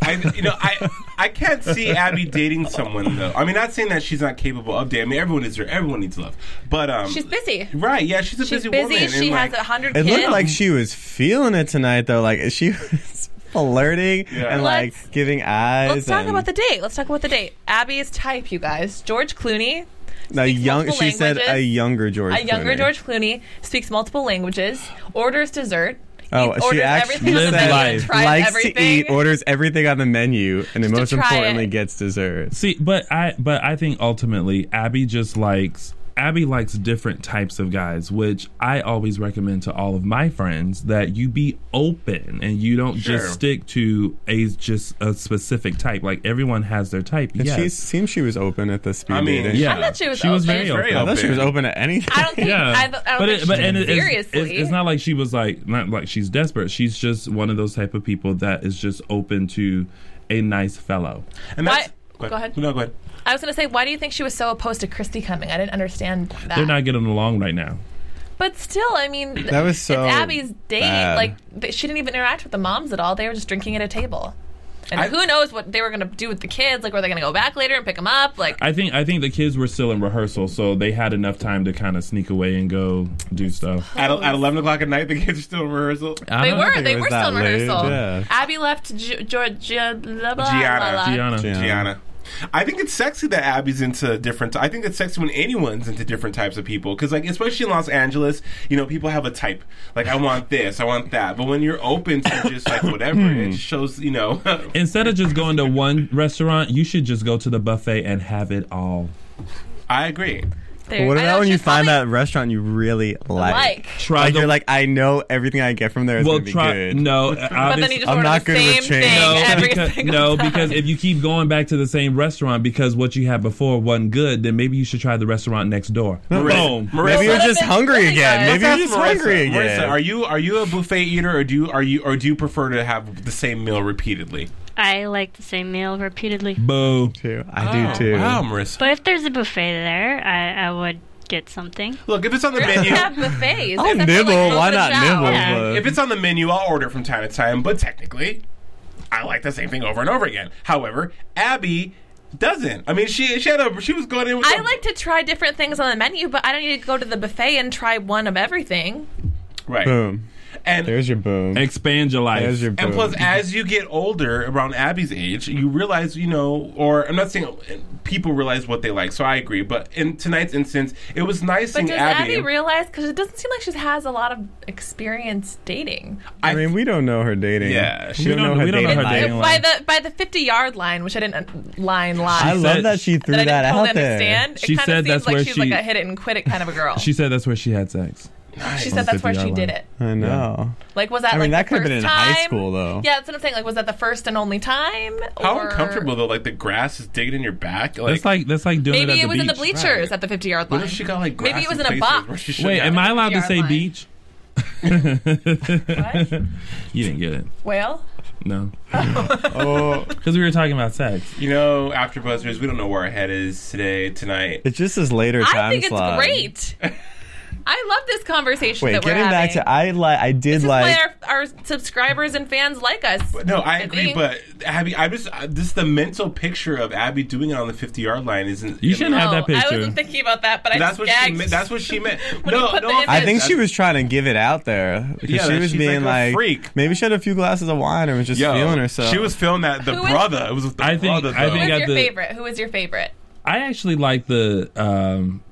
Speaker 4: I, you know, I I can't see Abby dating someone though. I mean, not saying that she's not capable of dating. I mean, everyone is there. Everyone needs love. But um,
Speaker 3: She's busy.
Speaker 4: Right? Yeah, she's a
Speaker 3: She's
Speaker 4: busy,
Speaker 3: busy.
Speaker 4: woman.
Speaker 3: She
Speaker 4: and,
Speaker 3: has
Speaker 4: like,
Speaker 3: a hundred
Speaker 5: It
Speaker 3: kids.
Speaker 5: looked like she was feeling it tonight, though. Like she *laughs* was flirting and like giving eyes.
Speaker 3: Let's talk
Speaker 5: and-
Speaker 3: about the date. Let's talk about the date. Abby's type, you guys. George Clooney,
Speaker 5: a young.
Speaker 3: multiple
Speaker 5: She said a
Speaker 3: languages.
Speaker 5: younger George.
Speaker 3: a younger
Speaker 5: Clooney.
Speaker 3: George Clooney, speaks multiple languages, orders dessert.
Speaker 5: Oh, she
Speaker 3: orders
Speaker 5: actually
Speaker 3: everything on the
Speaker 5: said
Speaker 3: menu and tries
Speaker 5: likes to
Speaker 3: everything.
Speaker 5: eat, orders everything on the menu, and then most
Speaker 3: try
Speaker 5: importantly
Speaker 3: it.
Speaker 5: gets dessert.
Speaker 6: See, but I but I think ultimately Abby just likes Abby likes different types of guys, which I always recommend to all of my friends that you be open and you don't
Speaker 5: Sure.
Speaker 6: just stick to a just a specific type. Like everyone has their type.
Speaker 5: And
Speaker 6: yes.
Speaker 5: she seemed she was open at the speed
Speaker 6: I mean,
Speaker 5: dating.
Speaker 6: yeah. I thought
Speaker 3: she was She was open. very
Speaker 5: I thought she was
Speaker 6: open.
Speaker 5: open to anything.
Speaker 3: I don't
Speaker 6: *laughs*
Speaker 3: think. I, th- I don't
Speaker 6: but
Speaker 3: think
Speaker 6: it, but
Speaker 3: she
Speaker 6: and
Speaker 3: took
Speaker 6: it-
Speaker 3: it
Speaker 6: it's, it's,
Speaker 3: seriously.
Speaker 6: it's not like she was like not like she's desperate. She's just one of those type of people that is just open to a nice fellow.
Speaker 4: And
Speaker 3: that's- Why- go go ahead. ahead.
Speaker 4: No, go ahead.
Speaker 3: I was going to say, why do you think she was so opposed to Christy coming? I didn't understand that.
Speaker 6: They're not getting along right now.
Speaker 3: But still, I mean, th-
Speaker 6: That was
Speaker 3: it's
Speaker 6: so
Speaker 3: Abby's date.
Speaker 6: bad.
Speaker 3: Like th- she didn't even interact with the moms at all. They were just drinking at a table, and
Speaker 6: I-
Speaker 3: who knows what they were going to do with the kids? Like, were they going to go back later and pick them up? Like,
Speaker 6: I think I think the kids were still in rehearsal, so they had enough time to kind of sneak away and go do stuff.
Speaker 4: At, at eleven o'clock at night, the *laughs* kids are still in rehearsal.
Speaker 3: they were. They were still in rehersal. Abby left G- Georgia. Blah, blah, Blah,
Speaker 4: Gianna.
Speaker 3: blah.
Speaker 4: Gianna. I think it's sexy that Abby's into different. I think it's sexy when anyone's into different types of people because, like, especially in Los Angeles, you know, people have a type. Like, I want this, I want that. But when you're open to just like whatever,
Speaker 6: Hmm.
Speaker 4: it just shows, you know. *laughs*
Speaker 6: Instead of just going to one restaurant, you should just go to the buffet and have it all.
Speaker 4: I agree.
Speaker 3: There-
Speaker 5: what
Speaker 3: I
Speaker 5: about
Speaker 3: know
Speaker 5: when you
Speaker 3: she's *laughs*
Speaker 5: find that restaurant you really like?
Speaker 3: Like.
Speaker 6: Try
Speaker 5: Like,
Speaker 6: the-
Speaker 5: you're like, I know everything I get from there is
Speaker 6: Well,
Speaker 5: gonna be
Speaker 6: try-
Speaker 5: good.
Speaker 6: No,
Speaker 5: I'm
Speaker 6: obvious-
Speaker 5: I'm not good with change.
Speaker 6: No, because, no Uh, because if you keep going back to the same restaurant because what you had before wasn't good, then maybe you should try the restaurant next door. Boom.
Speaker 5: Maybe you're just hungry again.
Speaker 4: Let's
Speaker 5: Maybe you're
Speaker 4: ask
Speaker 5: just
Speaker 4: Marissa.
Speaker 5: hungry again.
Speaker 4: Marissa, are you are you a buffet eater, or do you, are you or do you prefer to have the same meal repeatedly?
Speaker 10: I like the same meal repeatedly.
Speaker 6: Boo.
Speaker 5: Too.
Speaker 4: I do too. Wow, Marissa.
Speaker 10: But if there's a buffet there, I, I would get something.
Speaker 4: Look, if
Speaker 3: *laughs*
Speaker 4: it's on the
Speaker 3: They
Speaker 4: menu,
Speaker 3: *laughs* have buffets.
Speaker 4: I'll
Speaker 3: except for, like,
Speaker 4: nibble,
Speaker 5: Oh, why
Speaker 3: Golden
Speaker 5: not
Speaker 3: Shower.
Speaker 5: nibble?
Speaker 3: Yeah.
Speaker 5: But-
Speaker 4: If it's on the menu, I'll order from time to time, but technically, I like the same thing over and over again. However, Abby doesn't. I mean, she she had a she was going in with
Speaker 3: I
Speaker 4: a-
Speaker 3: like to try different things on the menu, but I don't need to go to the buffet and try one of everything.
Speaker 4: right.
Speaker 5: Boom.
Speaker 4: And
Speaker 5: there's your boom.
Speaker 6: Expand your life.
Speaker 5: There's your boom.
Speaker 4: And plus, as you get older, around Abby's age, you realize, you know, or I'm not saying people realize what they like, so I agree. But in tonight's instance, it was nice
Speaker 3: But
Speaker 4: seeing
Speaker 3: does Abby, realize? Because it doesn't seem like she has a lot of experience dating.
Speaker 5: I mean, we don't know her dating.
Speaker 4: Yeah,
Speaker 5: we don't, know her dating. life.
Speaker 3: by the by the fifty yard line, which I didn't uh, line line.
Speaker 5: I love that she threw
Speaker 3: I didn't
Speaker 5: that
Speaker 3: totally
Speaker 5: out there.
Speaker 3: understand.
Speaker 6: She
Speaker 3: it kind
Speaker 6: said
Speaker 3: of
Speaker 6: that's
Speaker 3: seems like
Speaker 6: where
Speaker 3: she's
Speaker 6: she-
Speaker 3: like a hit it and quit it kind of a girl.
Speaker 5: *laughs*
Speaker 6: She said that's where she had sex.
Speaker 3: She
Speaker 6: On
Speaker 3: said
Speaker 6: the
Speaker 3: that's where
Speaker 6: 50
Speaker 3: she
Speaker 6: yard
Speaker 3: did
Speaker 6: line.
Speaker 3: it.
Speaker 5: I know.
Speaker 3: Like, was that?
Speaker 5: I mean,
Speaker 3: like
Speaker 5: that
Speaker 3: the
Speaker 5: could've
Speaker 3: first
Speaker 5: been in
Speaker 3: time?
Speaker 5: high school, though.
Speaker 3: Yeah, that's what I'm saying. Like, was that the first and only time?
Speaker 4: How
Speaker 3: Or-
Speaker 4: uncomfortable though, like the grass is digging in your back. Like,
Speaker 6: That's like that's like doing
Speaker 3: Maybe
Speaker 6: it at
Speaker 3: it
Speaker 6: the
Speaker 3: was in the
Speaker 6: beach.
Speaker 3: bleachers at the 50 yard line.
Speaker 4: she got like
Speaker 3: Maybe
Speaker 4: grass
Speaker 3: it was in
Speaker 4: in
Speaker 3: a
Speaker 4: places
Speaker 3: box.
Speaker 4: where she
Speaker 6: Wait,
Speaker 4: shouldn't
Speaker 6: am
Speaker 4: have.
Speaker 6: I allowed to
Speaker 3: 50-yard *laughs*
Speaker 6: say
Speaker 3: line.
Speaker 6: beach? *laughs* You didn't get it.
Speaker 3: Well,
Speaker 6: No. Because we were talking about sex.
Speaker 4: You know, after Buzzers, we don't know where our head is today, tonight.
Speaker 5: It's just his later time
Speaker 3: I think it's
Speaker 5: slot.
Speaker 3: great. I love this conversation
Speaker 5: Wait,
Speaker 3: that we're
Speaker 5: getting
Speaker 3: having.
Speaker 5: back to I like I did
Speaker 3: That's why
Speaker 5: like
Speaker 3: our, our subscribers and fans like us.
Speaker 4: No, I agree,
Speaker 3: think.
Speaker 4: but Abby, I just I- this the mental picture of Abby doing it on the fifty yard line isn't.
Speaker 6: You shouldn't have that
Speaker 3: Oh, I wasn't thinking about that, but I
Speaker 4: that's what she
Speaker 3: gagged.
Speaker 4: meant. That's what she meant.
Speaker 3: Oh, *laughs* When you
Speaker 4: no,
Speaker 3: put
Speaker 4: no,
Speaker 3: the
Speaker 4: offense.
Speaker 5: I think she was trying to give it out there because
Speaker 4: Yeah,
Speaker 5: she
Speaker 4: that
Speaker 5: was
Speaker 4: she's
Speaker 5: being
Speaker 4: like a
Speaker 5: like,
Speaker 4: freak.
Speaker 5: maybe she had a few glasses of wine and was just
Speaker 4: Yo,
Speaker 5: feeling herself.
Speaker 4: She was feeling that the
Speaker 3: Who is-
Speaker 4: brother. it was the I
Speaker 6: think-
Speaker 4: Brother,
Speaker 6: I
Speaker 4: though.
Speaker 3: Who was
Speaker 6: think at
Speaker 3: your
Speaker 6: the-
Speaker 3: favorite? Who was your favorite?
Speaker 6: I actually like the. Um,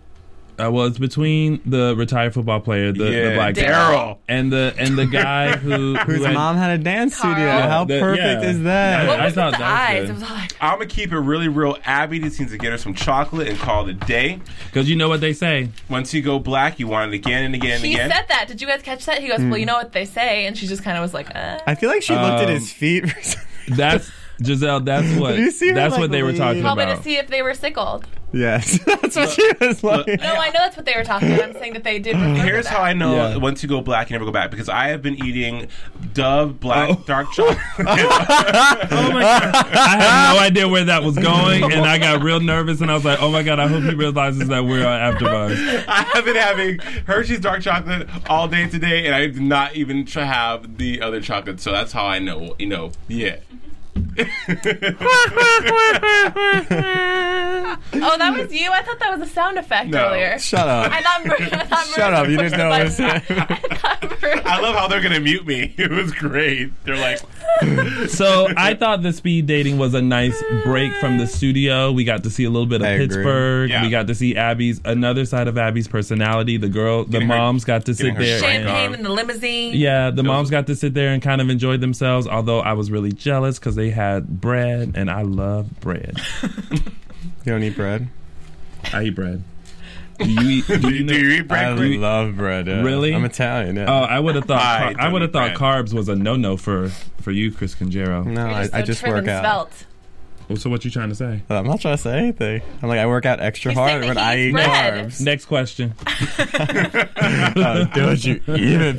Speaker 6: uh, well, it's between the retired football player, the, the
Speaker 4: Yeah,
Speaker 6: black guy,
Speaker 4: Daryl.
Speaker 6: and the and the
Speaker 4: *laughs*
Speaker 6: guy who
Speaker 5: whose
Speaker 6: who had-
Speaker 5: mom had a dance studio.
Speaker 6: Yeah,
Speaker 5: How
Speaker 6: the-
Speaker 5: perfect
Speaker 6: yeah.
Speaker 5: is that?
Speaker 6: Yeah, I thought that was good.
Speaker 4: I'm gonna keep it really real. Abby just needs to get her some chocolate and call it a day.
Speaker 6: Because you know what they say.
Speaker 4: Once you go black, you want it again and again and
Speaker 3: He
Speaker 4: again.
Speaker 3: said that. Did you guys catch that? He goes,
Speaker 4: Mm.
Speaker 3: "Well, you know what they say," and she just kind of was like, uh.
Speaker 5: Hmm. I feel like she looked at
Speaker 6: Um,
Speaker 5: his feet. for some-
Speaker 6: That's Giselle. That's
Speaker 5: *laughs*
Speaker 6: what.
Speaker 5: you see her,
Speaker 6: that's
Speaker 5: like,
Speaker 6: what they were
Speaker 5: lean?
Speaker 6: talking
Speaker 3: "Probably to
Speaker 6: about.
Speaker 3: see if they were sickled."
Speaker 5: yes, *laughs* that's what she was like.
Speaker 3: No, I know that's what they were talking. about. I'm saying that they did. refer to
Speaker 4: Here's
Speaker 3: that.
Speaker 4: how I know
Speaker 5: Yeah.
Speaker 4: once you go black, you never go back because I have been eating Dove black
Speaker 5: Oh.
Speaker 4: dark chocolate.
Speaker 5: *laughs*
Speaker 4: *laughs*
Speaker 6: I had no idea where that was going, and I got real nervous, and I was like, "Oh my god! I hope he realizes that we're on AfterBuzz."
Speaker 4: I have been having Hershey's dark chocolate all day today, and I did not even try have the other chocolate. So that's how I know. You know, yeah.
Speaker 3: Oh, that was you. I thought that was a sound effect
Speaker 4: No.
Speaker 3: earlier.
Speaker 4: Shut up.
Speaker 3: I thought. Maria- I thought Maria
Speaker 4: Shut up, you
Speaker 3: pushed
Speaker 4: didn't know
Speaker 3: the
Speaker 4: it was-
Speaker 5: *laughs*
Speaker 3: button.
Speaker 4: I love how they're gonna mute me. *laughs* It was great. They're like,
Speaker 6: So I thought the speed dating was a nice break from the studio. We got to see a little bit of
Speaker 4: I agree.
Speaker 6: Pittsburgh.
Speaker 4: Yeah.
Speaker 6: We got to see Abby's another side of Abby's personality. The girl, the
Speaker 4: Getting her-
Speaker 6: moms got to
Speaker 4: getting
Speaker 6: sit
Speaker 4: her
Speaker 6: there. and-
Speaker 3: Champagne in the limousine.
Speaker 6: Yeah, the moms got to sit there and kind of enjoy themselves. Although I was really jealous because they had bread, and I love bread.
Speaker 5: You don't eat bread.
Speaker 6: *laughs* I eat bread. Do you eat, do you know-
Speaker 5: I love bread. yeah.
Speaker 6: Really?
Speaker 5: I'm Italian. Yeah.
Speaker 6: Oh,
Speaker 4: Uh,
Speaker 6: I would have thought
Speaker 5: I
Speaker 6: I,
Speaker 5: don't
Speaker 6: would have
Speaker 5: eat
Speaker 6: thought
Speaker 5: bread.
Speaker 6: carbs was a no no for for you, Chris Conjero.
Speaker 5: No, I I just work out.
Speaker 3: Svelte.
Speaker 6: Well, so what you trying to say?
Speaker 5: I'm not trying to say anything. I'm like I work out extra
Speaker 3: He's saying that
Speaker 5: hard when
Speaker 3: he
Speaker 5: I
Speaker 3: eats
Speaker 5: eat
Speaker 3: bread.
Speaker 5: carbs.
Speaker 6: Next question.
Speaker 5: *laughs* How don't you even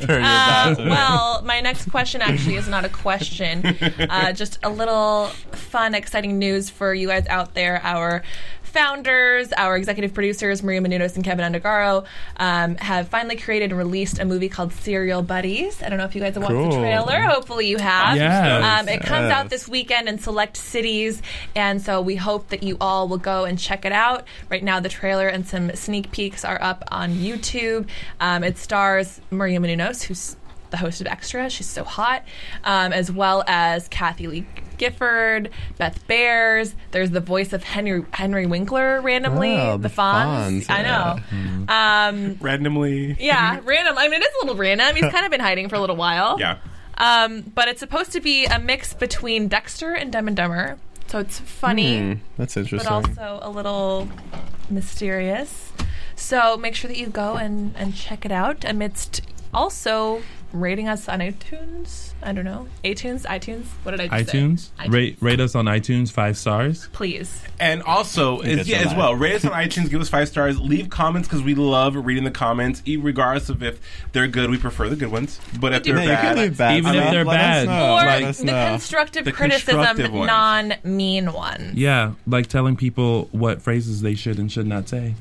Speaker 3: *laughs*
Speaker 5: turn your
Speaker 3: Uh,
Speaker 5: back?
Speaker 3: well, my next question actually is not a
Speaker 5: *laughs*
Speaker 3: question, uh, just a little fun, exciting news for you guys out there. Our founders, our executive producers, Maria Menounos and Kevin Undergaro, um, have finally created and released a movie called Serial Buddies. I don't know if you guys have watched the
Speaker 11: Cool.
Speaker 3: trailer. Hopefully, you have.
Speaker 11: Yes.
Speaker 3: Um, it comes out
Speaker 11: Yes.
Speaker 3: this weekend in select cities, and so we hope that you all will go and check it out. Right now, the trailer and some sneak peeks are up on YouTube. Um, it stars Maria Menounos, who's the host of Extra. She's so hot, um, as well as Kathy Lee Gifford, Beth Bears. There's the voice of Henry Henry Winkler randomly.
Speaker 4: Wow,
Speaker 3: Oh, the
Speaker 4: the
Speaker 3: Fonz.
Speaker 4: Fonz,
Speaker 3: I know. Um,
Speaker 4: randomly.
Speaker 3: yeah, random. I mean, it is a little random. He's kind of been hiding for a little while.
Speaker 4: Yeah.
Speaker 3: Um, but it's supposed to be a mix between Dexter and Dumb and Dumber. So it's funny,
Speaker 5: Hmm, that's
Speaker 3: but
Speaker 5: interesting.
Speaker 3: also a little mysterious. So make sure that you go and, and check it out amidst also rating us on iTunes. I don't know. iTunes? iTunes? What did I just say?
Speaker 6: iTunes, rate rate us on iTunes five stars.
Speaker 3: Please.
Speaker 4: And also,
Speaker 6: It
Speaker 4: as,
Speaker 6: gets
Speaker 4: yeah,
Speaker 6: a
Speaker 4: as
Speaker 6: lot.
Speaker 4: well, rate us
Speaker 6: *laughs*
Speaker 4: on iTunes, give us five stars, leave comments because we love reading the comments, e- regardless of if they're good. We prefer the good ones, but if
Speaker 5: do.
Speaker 4: they're
Speaker 5: Yeah, you can
Speaker 4: bad,
Speaker 5: leave bad
Speaker 6: Even if they're bad,
Speaker 3: Or
Speaker 6: Uh, like
Speaker 3: the constructive
Speaker 6: The
Speaker 3: criticism,
Speaker 6: constructive ones.
Speaker 3: non mean one.
Speaker 6: yeah, like telling people what phrases they should and should not say.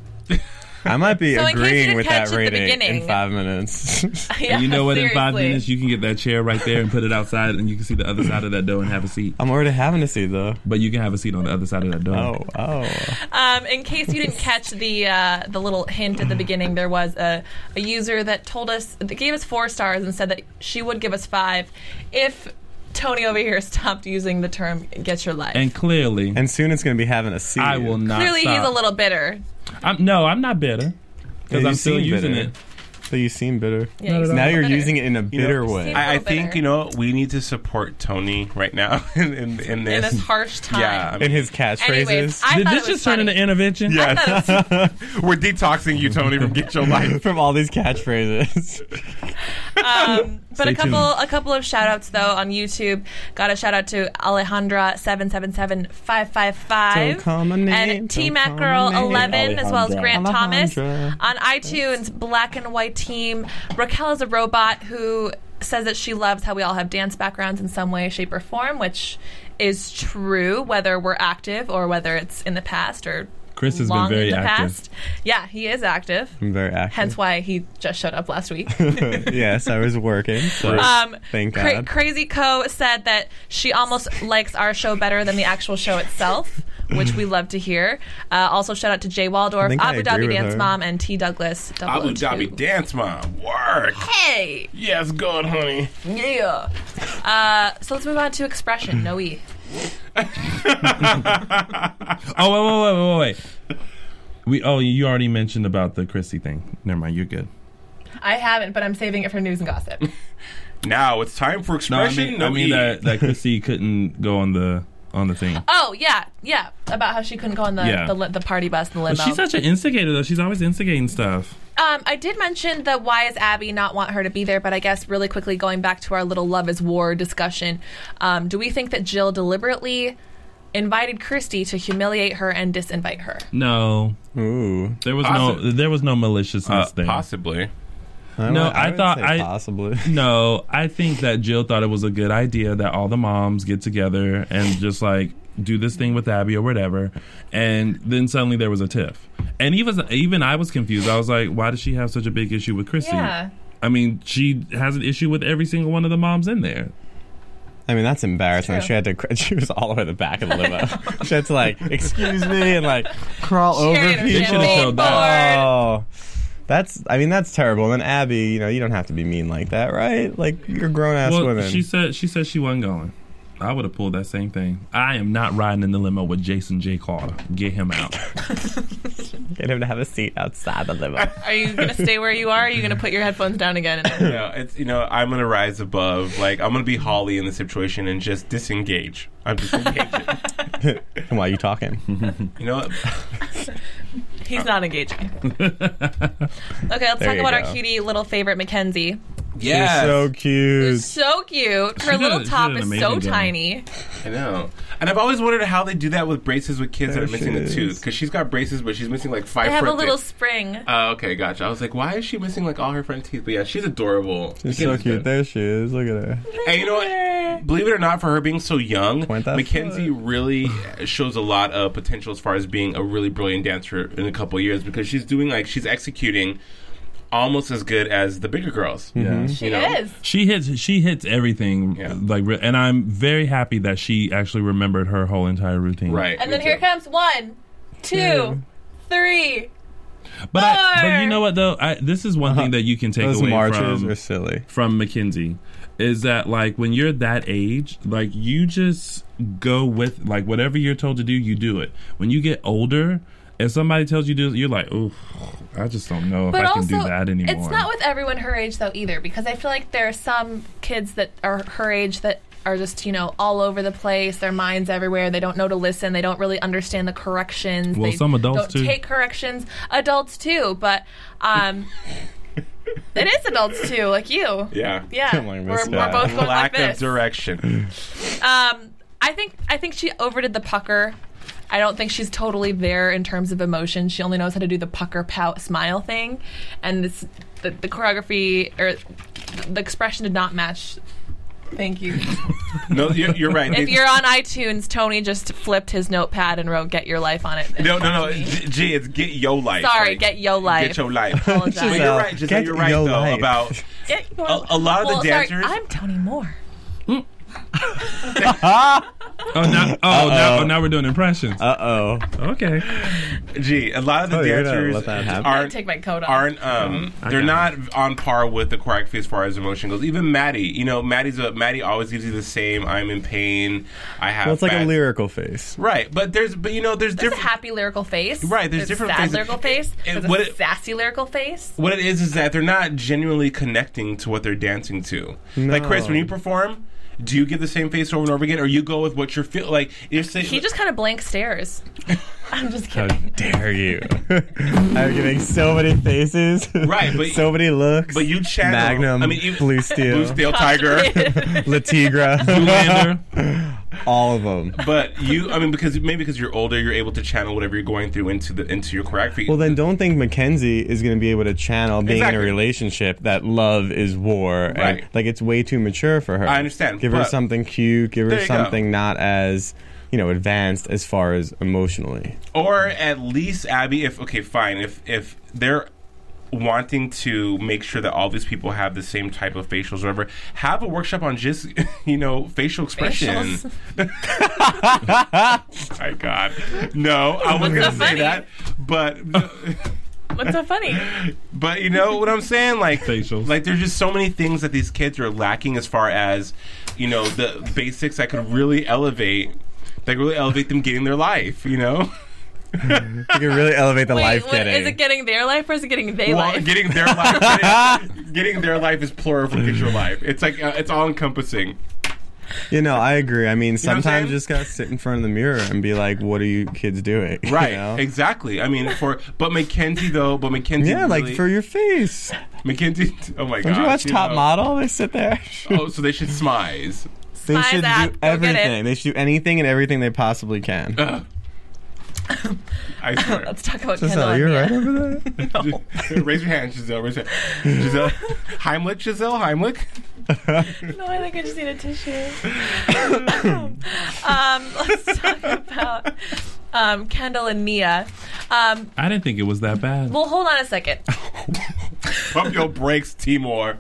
Speaker 5: I might be
Speaker 3: So in case you
Speaker 5: agreeing
Speaker 3: didn't
Speaker 5: with
Speaker 3: catch
Speaker 5: that
Speaker 3: it at the
Speaker 5: rating in
Speaker 3: beginning-
Speaker 5: five minutes.
Speaker 3: *laughs* Yeah,
Speaker 6: And you know what? In five
Speaker 3: seriously.
Speaker 6: minutes, you can get that chair right there and put it outside, and you can see the other side of that door and have a seat.
Speaker 5: *laughs* I'm already having a
Speaker 3: *laughs*
Speaker 5: seat though,
Speaker 6: but you can have a seat on the other side of that door.
Speaker 5: Oh, oh.
Speaker 3: Um, in case you didn't catch the uh, the little hint at the beginning, there was a, a user that told us that gave us four stars and said that she would give us five if Tony over here *laughs* stopped using the term "get your life."
Speaker 6: And clearly,
Speaker 5: and soon it's going to be having a seat. I will
Speaker 6: not.
Speaker 3: Clearly, he's a little bitter.
Speaker 6: I'm, no, I'm not bitter because
Speaker 5: Yeah,
Speaker 6: I'm
Speaker 5: you
Speaker 6: still
Speaker 5: seem
Speaker 6: using
Speaker 5: bitter.
Speaker 6: it.
Speaker 5: So you seem bitter.
Speaker 3: Yeah, you Not at seem
Speaker 5: now
Speaker 3: all.
Speaker 5: you're
Speaker 3: bitter.
Speaker 5: using it in a
Speaker 4: You know,
Speaker 5: bitter way.
Speaker 4: I, I think you know we need to support Tony right now *laughs* in, in, in
Speaker 3: In
Speaker 4: this.
Speaker 3: this harsh time.
Speaker 4: yeah,
Speaker 5: In his catchphrases.
Speaker 3: Anyways,
Speaker 5: *laughs*
Speaker 3: I
Speaker 6: Did
Speaker 3: thought it was
Speaker 6: this just turn into intervention?
Speaker 4: Yes.
Speaker 3: I
Speaker 4: We're detoxing you, Tony, from Get Your Life.
Speaker 5: From all these catchphrases. *laughs*
Speaker 3: Um, but
Speaker 2: Stay
Speaker 3: a couple,
Speaker 2: tuned.
Speaker 3: a couple of shout outs though on YouTube. Got a shout out to Alejandra seven seven seven five five
Speaker 5: Don't
Speaker 3: five
Speaker 5: call my name,
Speaker 3: and T
Speaker 5: don't
Speaker 3: Mac
Speaker 5: call
Speaker 3: Girl
Speaker 5: my name.
Speaker 3: eleven as well as
Speaker 5: Alejandra.
Speaker 3: Grant Thomas
Speaker 5: Alejandra.
Speaker 3: on iTunes. Black and White Team. Raquel is a robot who says that she loves how we all have dance backgrounds in some way, shape, or form, which is true whether we're active or whether it's in the past or
Speaker 6: Chris has been
Speaker 3: long
Speaker 6: very
Speaker 3: in the
Speaker 6: active.
Speaker 3: past. Yeah, he is active.
Speaker 5: *laughs* I'm very active.
Speaker 3: Hence why he just showed up last week.
Speaker 5: *laughs* yes, I was working. So
Speaker 6: Uh,
Speaker 3: Um,
Speaker 5: thank
Speaker 3: Cra-
Speaker 5: God.
Speaker 3: Crazy Co said that she almost likes our show better than the actual show itself, which we love to hear. Uh, also, shout out to Jay Waldorf,
Speaker 4: think I
Speaker 3: Abu
Speaker 4: agree
Speaker 3: Dhabi
Speaker 4: with
Speaker 3: Dance
Speaker 4: her.
Speaker 3: Mom, and T Douglas. 002.
Speaker 4: Abu Dhabi Dance Mom. Work.
Speaker 3: Hey,
Speaker 4: Yes, God, honey.
Speaker 3: yeah. Uh, so let's move on to expression. No e.
Speaker 6: Oh wait, wait, wait, wait, wait, wait. We oh you already mentioned about the Chrissy thing. Never mind, you're good.
Speaker 3: I haven't, but I'm saving it for news and
Speaker 4: *laughs*
Speaker 3: gossip.
Speaker 4: Now it's time for
Speaker 6: No, I
Speaker 4: expression.
Speaker 6: mean, I mean
Speaker 4: E.
Speaker 6: that that Chrissy couldn't go on the on
Speaker 3: *laughs*
Speaker 6: the thing.
Speaker 3: Oh yeah, yeah. About how she couldn't go on the
Speaker 6: Yeah.
Speaker 3: the, li- the party bus, the
Speaker 6: But
Speaker 3: limo.
Speaker 6: she's such an instigator though. She's always instigating stuff.
Speaker 3: Um, I did mention that why is Abby not want her to be there, but I guess really quickly going back to our little love is war discussion, um, do we think that Jill deliberately invited Christy to humiliate her and disinvite her?
Speaker 6: No.
Speaker 5: Ooh.
Speaker 6: There was no
Speaker 4: Possi-
Speaker 6: there was no
Speaker 4: Uh,
Speaker 6: maliciousness there.
Speaker 4: Possibly.
Speaker 6: no,
Speaker 5: would- I
Speaker 6: I,
Speaker 5: would
Speaker 6: thought
Speaker 5: say
Speaker 6: I
Speaker 5: possibly.
Speaker 6: No, I think that Jill thought it was a good idea that all the moms get together and just like do this thing with Abby or whatever, and then suddenly there was a tiff. And even even I was confused. I was like, why does she have such a big issue with Chrissy?
Speaker 3: Yeah.
Speaker 6: I mean, she has an issue with every single one of the moms in there.
Speaker 5: I mean, that's embarrassing.
Speaker 6: True.
Speaker 5: She had to. cr- *laughs* She was all the way at the back of the limo. she had to like, excuse me, and like crawl over
Speaker 2: Cheerleader,
Speaker 5: people.
Speaker 2: They should've showed that.
Speaker 5: Oh, that's. I mean, that's terrible. And then Abby, you know, you don't have to be mean like that, right? Like you're grown ass
Speaker 6: well,
Speaker 5: women.
Speaker 6: she said she said she wasn't going. I would have pulled that same thing. I am not riding in the limo with Jason J. Carter. Get him out.
Speaker 5: Get him to have a seat outside the limo. *laughs*
Speaker 3: Are you going to stay where you are? Or are you going to put your headphones down again?
Speaker 4: you
Speaker 3: And-
Speaker 4: know, it's you know, I'm gonna rise above. Like I'm gonna be Holly in this situation and just disengage. I'm disengaging.
Speaker 5: and why are you talking?
Speaker 4: you know,
Speaker 3: He's not engaging. Okay, let's
Speaker 5: There
Speaker 3: talk
Speaker 5: you
Speaker 3: about our
Speaker 5: go.
Speaker 3: cutie little favorite Mackenzie.
Speaker 4: Yes.
Speaker 5: She's so cute.
Speaker 3: So cute.
Speaker 4: She
Speaker 3: Her
Speaker 4: did-
Speaker 3: little
Speaker 4: she
Speaker 3: top
Speaker 4: did an
Speaker 3: is
Speaker 4: amazing
Speaker 3: so
Speaker 4: job.
Speaker 3: tiny.
Speaker 4: I know. And I've always wondered how they do that with braces with kids
Speaker 5: There
Speaker 4: that are missing
Speaker 5: she
Speaker 4: a
Speaker 5: is.
Speaker 4: tooth because she's got braces, but she's missing like five.
Speaker 3: They have a
Speaker 4: front
Speaker 3: little
Speaker 4: teeth.
Speaker 3: spring.
Speaker 4: Oh, okay, gotcha. I was like, why is she missing like all her front teeth? But yeah, she's adorable.
Speaker 5: She's
Speaker 4: Mackenzie-
Speaker 5: so cute. There she is. Look at her.
Speaker 4: And you
Speaker 3: *laughs*
Speaker 4: know what? Believe it or not, for her being so young, Mackenzie really shows a lot of potential as far as being a really brilliant dancer in a couple years because she's doing like she's executing almost as good as the bigger girls.
Speaker 6: Yeah.
Speaker 4: You know?
Speaker 6: She hits. She hits everything. Like, re- and I'm very happy that she actually remembered her whole entire
Speaker 4: *laughs*
Speaker 6: routine.
Speaker 4: Right.
Speaker 3: And then here comes one, two, three.
Speaker 6: But I, but you know what though? I, Uh-huh. this is one thing that you can take
Speaker 5: Those
Speaker 6: away
Speaker 5: marches
Speaker 6: from
Speaker 5: are silly.
Speaker 6: from Mackenzie is that like when you're that age, like you just go with like whatever you're told to do, you do it. When you get older. If somebody tells you to, do it, you're like, oh, I just don't know if I can do that anymore.
Speaker 3: It's
Speaker 4: *laughs*
Speaker 3: not with everyone her age though either, because I feel like there are some kids that are her age that are just you know all over the place. Their minds everywhere. They don't know to listen. They don't really understand the corrections.
Speaker 6: Well,
Speaker 3: they
Speaker 6: some adults,
Speaker 3: don't
Speaker 6: too.
Speaker 3: take corrections. Adults too, but um, it is adults too, like you.
Speaker 4: Yeah.
Speaker 3: yeah. We're, we're both going like
Speaker 4: Lack of
Speaker 3: this.
Speaker 4: direction.
Speaker 3: Um, I think I think she overdid the pucker. I don't think she's totally there in terms of emotion. She only knows how to do the pucker pout smile thing, and this, the, the choreography or the expression did not match. Thank you.
Speaker 4: no, you're, you're right.
Speaker 3: if you're on iTunes, Tony just flipped his notepad and wrote "Get Your Life" on it. *laughs*
Speaker 4: no, no, no. G, G, it's get your life.
Speaker 3: Sorry,
Speaker 4: like,
Speaker 3: get your life.
Speaker 4: Get your life. but
Speaker 3: *laughs* Apologize.
Speaker 4: you're right, Giselle,
Speaker 5: Get
Speaker 4: you're right though
Speaker 5: your life. *laughs*
Speaker 4: about
Speaker 3: Get your-
Speaker 4: A- a lot of the
Speaker 3: Well, sorry,
Speaker 4: dancers-
Speaker 3: I'm Tony Moore.
Speaker 6: oh, now, oh, now, oh, now we're doing impressions. Uh
Speaker 5: oh.
Speaker 6: *laughs* Okay.
Speaker 4: Gee, a lot of the
Speaker 6: Oh, you're gonna
Speaker 4: dancers
Speaker 6: let that happen?
Speaker 3: I'm
Speaker 4: aren't
Speaker 3: gonna take my coat off.
Speaker 4: aren't um
Speaker 5: Mm-hmm.
Speaker 6: I
Speaker 4: they're
Speaker 6: got
Speaker 4: not on par with the choreography as far as emotion goes. Even Maddie, you know, Maddie's a Maddie always gives you the same. I'm in pain. I have.
Speaker 5: Well, it's like a
Speaker 4: fat-"
Speaker 5: lyrical face.
Speaker 4: Right, but there's but you know there's
Speaker 3: There's a
Speaker 4: different.
Speaker 3: happy lyrical face.
Speaker 4: Right, there's
Speaker 3: a
Speaker 4: different
Speaker 3: sad
Speaker 4: faces.
Speaker 3: lyrical face. There's
Speaker 4: what
Speaker 3: a
Speaker 4: it-
Speaker 3: sassy lyrical face.
Speaker 4: What it is is that they're not genuinely connecting to what they're dancing to. Like Chris,
Speaker 5: No.
Speaker 4: when you perform, do you give the same face over and over again, or you go with what you're feel like? You're saying *laughs*
Speaker 3: He just kind of blank stares. I'm just
Speaker 5: How dare you? *laughs* I'm getting so many faces.
Speaker 4: Right, but-
Speaker 5: *laughs* so many looks.
Speaker 4: but you channel-
Speaker 5: Magnum,
Speaker 4: I mean, you-
Speaker 5: Blue Steel,
Speaker 3: *laughs*
Speaker 4: Blue Steel Tiger.
Speaker 5: La Tigra, all of them.
Speaker 4: *laughs* But you, I mean, because maybe because you're older, you're able to channel whatever you're going through into the into your choreography.
Speaker 5: Well, then don't think Mackenzie is going to be able to channel being in
Speaker 4: Exactly.
Speaker 5: a relationship that love is war.
Speaker 4: Right.
Speaker 5: And, like, it's way too mature for her.
Speaker 4: I understand,
Speaker 5: Give her
Speaker 4: but-
Speaker 5: something cute, give
Speaker 4: There
Speaker 5: her
Speaker 4: you go.
Speaker 5: something not as, you know, advanced as far as emotionally.
Speaker 4: or at least Abby, if okay, fine, if if they're wanting to make sure that all these people have the same type of facials or whatever, have a workshop on just *laughs* you know facial expression.
Speaker 3: *laughs*
Speaker 4: *laughs* My God, no, I was
Speaker 3: What's so
Speaker 4: gonna say
Speaker 3: funny?
Speaker 4: that, but
Speaker 3: What's so funny?
Speaker 4: but you know what I'm saying? Like Like there's just so many things that these kids are lacking as far as, you know, the basics that could really elevate that could really elevate them getting their life, you
Speaker 5: *laughs*
Speaker 4: know?
Speaker 5: You can really elevate the life
Speaker 3: *laughs* Wait,
Speaker 5: getting.
Speaker 3: is it getting their life or is it getting they
Speaker 4: well,
Speaker 3: life?
Speaker 4: getting their life
Speaker 5: *laughs*
Speaker 4: getting, getting their life is plural for get your life. It's like uh, it's all encompassing.
Speaker 5: You know, I agree. I mean,
Speaker 4: know what I'm
Speaker 5: sometimes
Speaker 4: saying?
Speaker 5: just gotta sit in front of the mirror and be like, "What are you kids doing?" *laughs* You
Speaker 4: Right.
Speaker 5: know?
Speaker 4: Exactly. I mean for but Mackenzie though, but Mackenzie
Speaker 5: Yeah, like
Speaker 4: really-
Speaker 5: for your face.
Speaker 4: Mackenzie *laughs* oh my god.
Speaker 5: Don't you watch Top Model? They sit there.
Speaker 4: Oh, so they should smize.
Speaker 5: They
Speaker 3: Spies
Speaker 5: should
Speaker 3: app,
Speaker 5: do
Speaker 3: go get it.
Speaker 5: everything. They should do anything and everything they possibly can. *laughs*
Speaker 4: I swear.
Speaker 3: Let's talk about
Speaker 5: Giselle,
Speaker 3: Kendall.
Speaker 5: you're
Speaker 3: Amaya.
Speaker 5: right over there.
Speaker 4: raise your hand, Giselle. Raise your hand.
Speaker 5: *laughs*
Speaker 4: Giselle. Heimlich, Giselle. Heimlich.
Speaker 3: *laughs* No, I think I just need a tissue. *coughs* um, *laughs* let's talk about um, Kendall and Nia. Um,
Speaker 6: I didn't think it was that bad.
Speaker 3: well, hold on a second.
Speaker 4: Pump your brakes, Timor.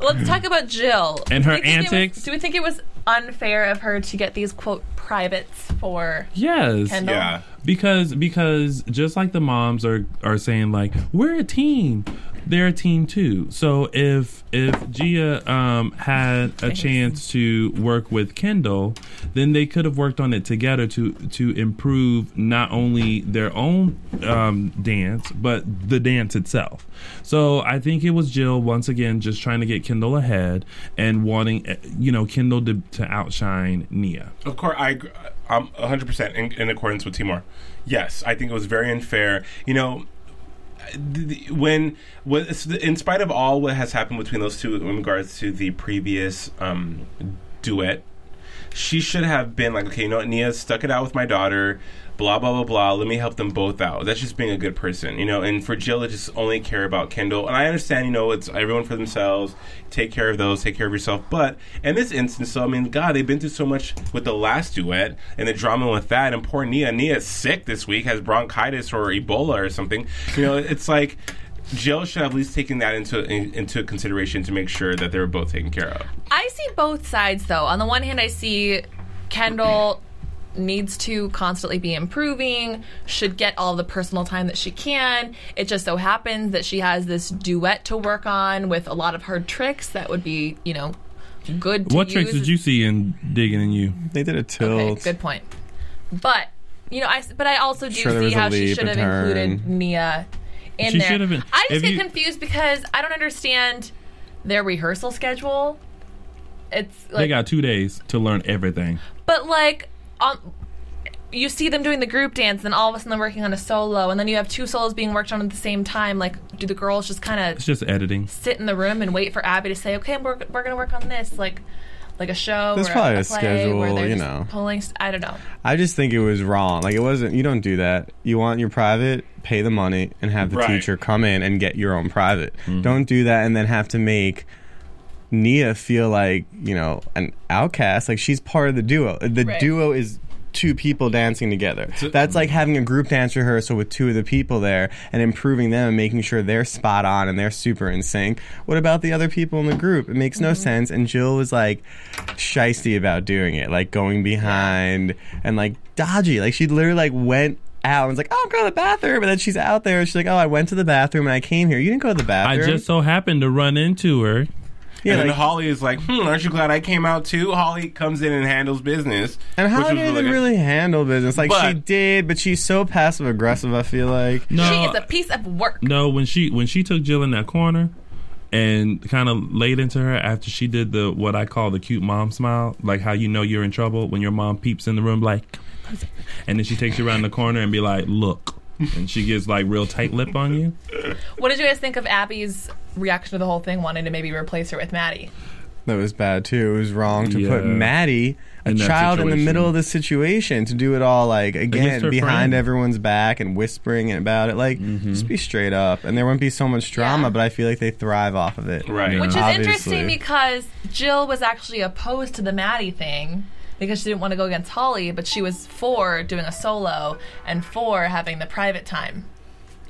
Speaker 3: Let's talk about Jill
Speaker 6: And
Speaker 3: Do
Speaker 6: her
Speaker 3: we think it was-
Speaker 6: antics.
Speaker 3: do we think it was unfair of her to get these quote privates for?
Speaker 6: Yes.
Speaker 3: Kendall? Yeah.
Speaker 6: Because because just like the moms are are saying like we're a team, they're a team too. So if if Gia um, had a chance to work with Kendall, then they could have worked on it together to to improve not only their own um, dance but the dance itself. So I think it was Jill once again just trying to get Kendall ahead and wanting uh, you know Kendall to, to outshine Nia.
Speaker 4: Of course, I, gr- I'm 100% in, in accordance with Timor. Yes, I think it was very unfair. You know, th- th- when, when in spite of all what has happened between those two in regards to the previous um, duet, she should have been like, okay, you know what, Nia stuck it out with my daughter, blah blah blah blah. Let me help them both out. That's just being a good person, you know. And for Jill, to just only care about Kendall, and I understand, you know, it's everyone for themselves. Take care of those. Take care of yourself. But in this instance, so I mean, God, they've been through so much with the last duet and the drama with that, and poor Nia. Nia's sick this week, has bronchitis or Ebola or something. You know, it's like. Jill should have at least taken that into in, into consideration to make sure that they were both taken care of.
Speaker 3: I see both sides though. On the one hand, I see Kendall needs to constantly be improving, should get all the personal time that she can. It just so happens that she has this duet to work on with a lot of her tricks that would be, you know, good to
Speaker 6: What
Speaker 3: use
Speaker 6: tricks did you see in digging in you?
Speaker 5: They did a tilt.
Speaker 3: Okay, good point. But you know, I s- but I also do
Speaker 6: Sure, there
Speaker 3: see
Speaker 6: was a
Speaker 3: how she
Speaker 6: leap
Speaker 3: should have
Speaker 6: and turn.
Speaker 3: included Nia in
Speaker 6: She
Speaker 3: there.
Speaker 6: should have been-
Speaker 3: I just
Speaker 6: if
Speaker 3: get
Speaker 6: you-
Speaker 3: confused because I don't understand their rehearsal schedule. It's
Speaker 6: they
Speaker 3: like,
Speaker 6: got two days to learn everything.
Speaker 3: but like um, you see them doing the group dance, then all of a sudden they're working on a solo, and then you have two solos being worked on at the same time. Like, do the girls just kind
Speaker 6: It's
Speaker 3: of
Speaker 6: just editing.
Speaker 3: sit in the room and wait for Abby to say, "Okay, we're we're gonna work on this," like like a show?
Speaker 5: There's
Speaker 3: or
Speaker 5: probably
Speaker 3: a,
Speaker 5: a
Speaker 3: play where
Speaker 5: schedule,
Speaker 3: they're
Speaker 5: you
Speaker 3: just
Speaker 5: know.
Speaker 3: Pulling, s- I don't know.
Speaker 5: I just think it was wrong. Like it wasn't. You don't do that. You want your private, pay the money, and have the
Speaker 4: Right.
Speaker 5: teacher come in and get your own private. Don't do that and then have to make Nia feel like you know an outcast. Like she's part of the duo. The
Speaker 4: Right.
Speaker 5: duo is two people dancing together. That's like having a group dance rehearsal with two of the people there and improving them and making sure they're spot on and they're super in sync. What about the other people in the group? It makes no sense. And Jill was like shisty about doing it, like going behind and like dodgy. Like she literally like went out and was like, oh, I'm going to the bathroom. And then she's out there. She's like, oh, I went to the bathroom and I came here. You didn't go to the
Speaker 6: I
Speaker 5: bathroom.
Speaker 6: just so happened to run into her.
Speaker 4: and then Holly is like, hmm, aren't you glad I came out too? Holly comes in and handles business.
Speaker 5: And
Speaker 4: which
Speaker 5: how
Speaker 4: was
Speaker 5: did
Speaker 4: really
Speaker 5: it
Speaker 4: good.
Speaker 5: really handle business? Like she
Speaker 4: But-
Speaker 5: did, but she's so passive aggressive. I feel like
Speaker 6: No,
Speaker 3: She is a piece of work.
Speaker 6: no. When she when she took Jill in that corner and kind of laid into her after she did the what I call the cute mom smile, like how you know you're in trouble when your mom peeps in the room, like and then she takes you around the corner and be like, "Look," and she gets like real tight lip on you.
Speaker 3: What did you guys think of Abby's reaction to the whole thing, wanting to maybe replace her with Maddie?
Speaker 5: That was bad too. It was wrong to
Speaker 6: Yeah.
Speaker 5: put Maddie, a
Speaker 6: In that
Speaker 5: child in the
Speaker 6: situation.
Speaker 5: middle of the situation, to do it all like
Speaker 6: Against
Speaker 5: again
Speaker 6: her
Speaker 5: behind
Speaker 6: friend. Mm-hmm.
Speaker 5: everyone's back and whispering about it. Like, just be straight up, and there wouldn't be so much drama. But I feel like they thrive off of it, right?
Speaker 3: Which is interesting because Jill was actually opposed to the Maddie thing because she didn't want to go against Holly, but she was for doing a solo and for having the private time.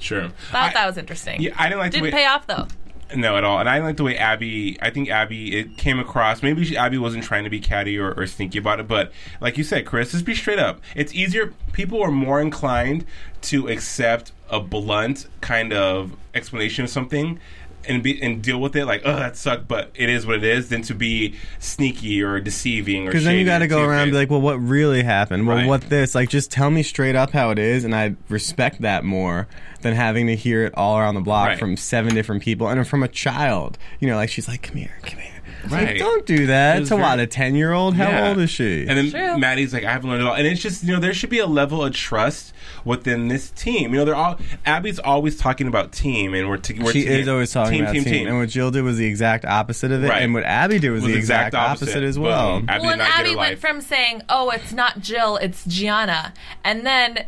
Speaker 4: Sure.
Speaker 3: Thought that was interesting.
Speaker 4: Yeah, I didn't like the
Speaker 3: Didn't
Speaker 4: way-
Speaker 3: pay off though.
Speaker 4: No, at all. And I didn't like the way Abby. I think Abby. It came across. Maybe she, Abby wasn't trying to be catty or, or sneaky about it, but like you said, Chris, just be straight up. It's easier. People are more inclined to accept a blunt kind of explanation of something. And, be, and deal with it like oh that sucked but it is what it is than to be sneaky or deceiving or
Speaker 5: Because then you
Speaker 4: shady
Speaker 5: got to
Speaker 4: or
Speaker 5: go around and be
Speaker 4: two-faced.
Speaker 5: like, well, what really happened? Well,
Speaker 4: Right.
Speaker 5: what this? Like, just tell me straight up how it is, and I respect that more than having to hear it all around the block
Speaker 4: Right.
Speaker 5: from seven different people and from a child. You know, like she's like, come here, come here. It's like,
Speaker 4: Right.
Speaker 5: don't do that.
Speaker 4: It
Speaker 5: It's
Speaker 4: was
Speaker 5: a lot.
Speaker 4: very-
Speaker 5: A ten year old. How
Speaker 4: Yeah.
Speaker 5: old is she?
Speaker 4: And then Maddie's like, I haven't learned at all. And it's just, you know, there should be a level of trust within this team. You know, they're all, Abby's always talking about team, and we're, t- we're
Speaker 5: she
Speaker 4: team-
Speaker 5: is always talking
Speaker 4: team,
Speaker 5: about
Speaker 4: team,
Speaker 5: team, and what Jill did was the exact opposite of it,
Speaker 4: Right.
Speaker 5: and what Abby did was,
Speaker 4: Was
Speaker 5: the exact, opposite, as
Speaker 4: Boom.
Speaker 5: well.
Speaker 4: Abby
Speaker 3: well, and Abby went from saying, "Oh, it's not Jill, it's Gianna," and then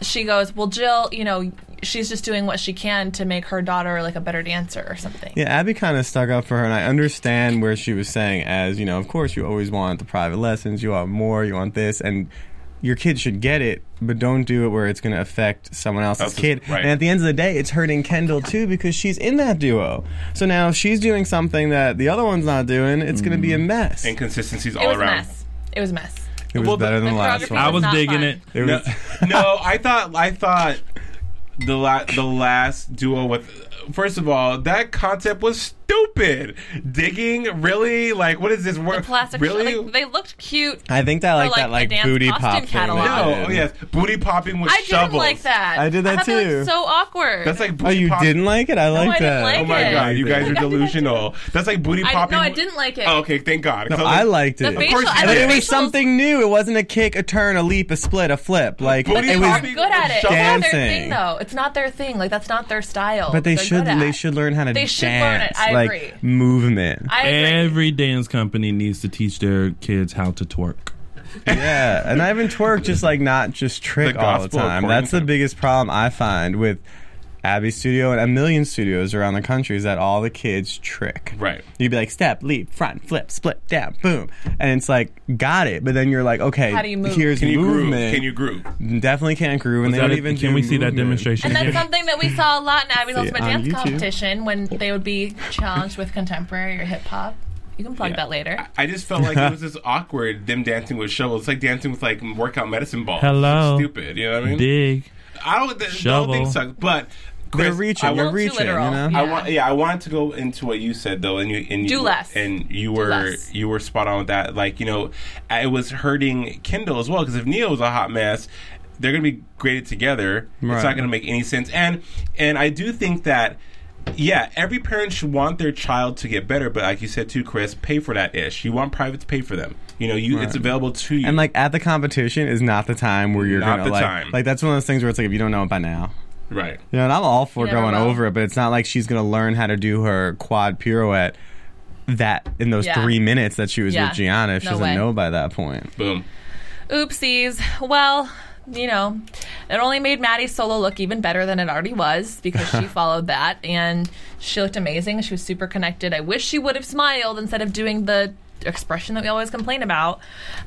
Speaker 3: she goes, "Well, Jill, you know, she's just doing what she can to make her daughter like a better dancer or something."
Speaker 5: Yeah, Abby kind of stuck up for her, and I understand where she was saying, as you know, of course, you always want the private lessons, you want more, you want this, and your kid should get it, but don't do it where it's going to affect someone else's
Speaker 4: Else's-
Speaker 5: kid.
Speaker 4: right.
Speaker 5: And at the end of the day, it's hurting Kendall too because she's in that duo. So now if she's doing something that the other one's not doing, it's going to be a
Speaker 3: Mm.
Speaker 5: mess.
Speaker 4: Inconsistencies
Speaker 3: it
Speaker 4: all
Speaker 3: was a
Speaker 4: around.
Speaker 3: mess. It was a mess.
Speaker 5: It was better than the last one.
Speaker 3: choreography I was was not digging fun. it.
Speaker 4: No, *laughs* no, I thought I thought the la- the last duo with first of all that concept was stupid. Digging really like what is this? The
Speaker 3: Plastic.
Speaker 4: really?
Speaker 3: like, they looked cute.
Speaker 5: I think that
Speaker 3: For,
Speaker 5: like,
Speaker 3: like,
Speaker 5: that
Speaker 3: a
Speaker 5: like
Speaker 3: dance
Speaker 5: booty
Speaker 3: costume
Speaker 5: pop thing.
Speaker 3: catalog. oh,
Speaker 5: they
Speaker 4: No, oh,
Speaker 5: did.
Speaker 4: yes, booty popping with
Speaker 3: I
Speaker 4: shovels.
Speaker 3: didn't like that.
Speaker 5: I did that
Speaker 3: I thought That
Speaker 5: too.
Speaker 3: was so awkward.
Speaker 4: That's like
Speaker 5: Oh,
Speaker 4: booty
Speaker 5: you
Speaker 4: pop-
Speaker 5: didn't like it? I
Speaker 3: No, I
Speaker 5: liked
Speaker 3: didn't
Speaker 5: that.
Speaker 3: like
Speaker 4: Oh my
Speaker 3: it.
Speaker 4: god, you
Speaker 5: *laughs*
Speaker 4: guys are delusional. That's like booty
Speaker 3: I,
Speaker 4: popping.
Speaker 3: no, I didn't like it.
Speaker 4: Oh, okay, thank God. 'Cause was
Speaker 5: No,
Speaker 4: like-
Speaker 5: I liked
Speaker 3: The
Speaker 5: it.
Speaker 3: facial- Of course you
Speaker 5: but
Speaker 3: did.
Speaker 5: it was
Speaker 3: facials-
Speaker 5: something new. It wasn't a kick, a turn, a leap, a split, a flip. Like
Speaker 3: But
Speaker 5: it
Speaker 3: they
Speaker 5: was
Speaker 3: are good at it. It's not their thing,
Speaker 5: dancing.
Speaker 3: though. It's not their thing. Like that's not their style.
Speaker 5: But they
Speaker 3: They're
Speaker 5: should.
Speaker 3: good at
Speaker 5: They
Speaker 3: it.
Speaker 5: should learn how to
Speaker 3: They
Speaker 5: dance.
Speaker 3: should learn it. I
Speaker 5: like
Speaker 3: agree.
Speaker 5: movement.
Speaker 3: I agree.
Speaker 6: Every dance company needs to teach their kids how to twerk.
Speaker 5: *laughs* yeah, and I haven't twerk just like not just trick
Speaker 6: The
Speaker 5: all the
Speaker 6: gospel
Speaker 5: time.
Speaker 6: according
Speaker 5: That's the biggest problem I find with Abbey Studio and a million studios around the country is that all the kids trick.
Speaker 4: Right.
Speaker 5: You'd be like step, leap, front, flip, split, down, boom, and it's like got it, but then you're like, okay,
Speaker 3: How do you move?
Speaker 5: here's
Speaker 4: Can you groove?
Speaker 5: movement.
Speaker 4: Can you groove?
Speaker 5: Definitely can't groove, and
Speaker 6: Was
Speaker 5: they don't
Speaker 6: that a-
Speaker 5: even.
Speaker 6: can
Speaker 5: do
Speaker 6: we see that
Speaker 5: movement.
Speaker 6: demonstration
Speaker 3: And that's something that we saw a lot in Abby's
Speaker 5: *laughs* See,
Speaker 3: Ultimate
Speaker 5: on
Speaker 3: Dance
Speaker 5: YouTube.
Speaker 3: Competition when they would be challenged with contemporary or hip hop. You can plug
Speaker 4: Yeah.
Speaker 3: that later.
Speaker 4: I just felt like it
Speaker 5: *laughs*
Speaker 4: was just awkward them dancing with shovels. It's like dancing with like workout medicine balls.
Speaker 6: Hello.
Speaker 4: stupid. You know what I mean?
Speaker 6: Dig.
Speaker 4: I don't. The, the whole
Speaker 6: Shovel.
Speaker 4: thing sucks. But Chris,
Speaker 5: They're reaching,
Speaker 4: I
Speaker 5: they're
Speaker 4: want-
Speaker 5: reaching, you know?
Speaker 4: I want. Yeah, I wanted to go into what you said though, and you and you
Speaker 3: Do less.
Speaker 4: and you
Speaker 3: Do
Speaker 4: were
Speaker 3: less.
Speaker 4: you were spot on with that. Like you know, it was hurting Kindle as well because if Neo was a hot mess. They're going to be graded together. It's
Speaker 5: Right.
Speaker 4: not going to make any sense. And and I do think that yeah, every parent should want their child to get better, but like you said too, Chris, pay for that ish. You want private to pay for them. You know, you it's
Speaker 5: Right.
Speaker 4: available to you.
Speaker 5: And like at the competition is not the time where you're
Speaker 4: Not
Speaker 5: gonna
Speaker 4: the
Speaker 5: like
Speaker 4: time.
Speaker 5: like that's one of those things where it's like if you don't know it by now.
Speaker 4: right.
Speaker 5: You know, and I'm all for
Speaker 4: You never
Speaker 5: going
Speaker 4: will.
Speaker 5: over it, but it's not like she's gonna learn how to do her quad pirouette that in those
Speaker 3: Yeah.
Speaker 5: three minutes that she was
Speaker 3: Yeah.
Speaker 5: with Gianna if she
Speaker 3: No
Speaker 5: doesn't
Speaker 3: way.
Speaker 5: know by that point.
Speaker 4: Boom.
Speaker 3: Oopsies. Well, you know, it only made Maddie's solo look even better than it already was because
Speaker 5: *laughs*
Speaker 3: she followed that and she looked amazing. She was super connected. I wish she would have smiled instead of doing the expression that we always complain about.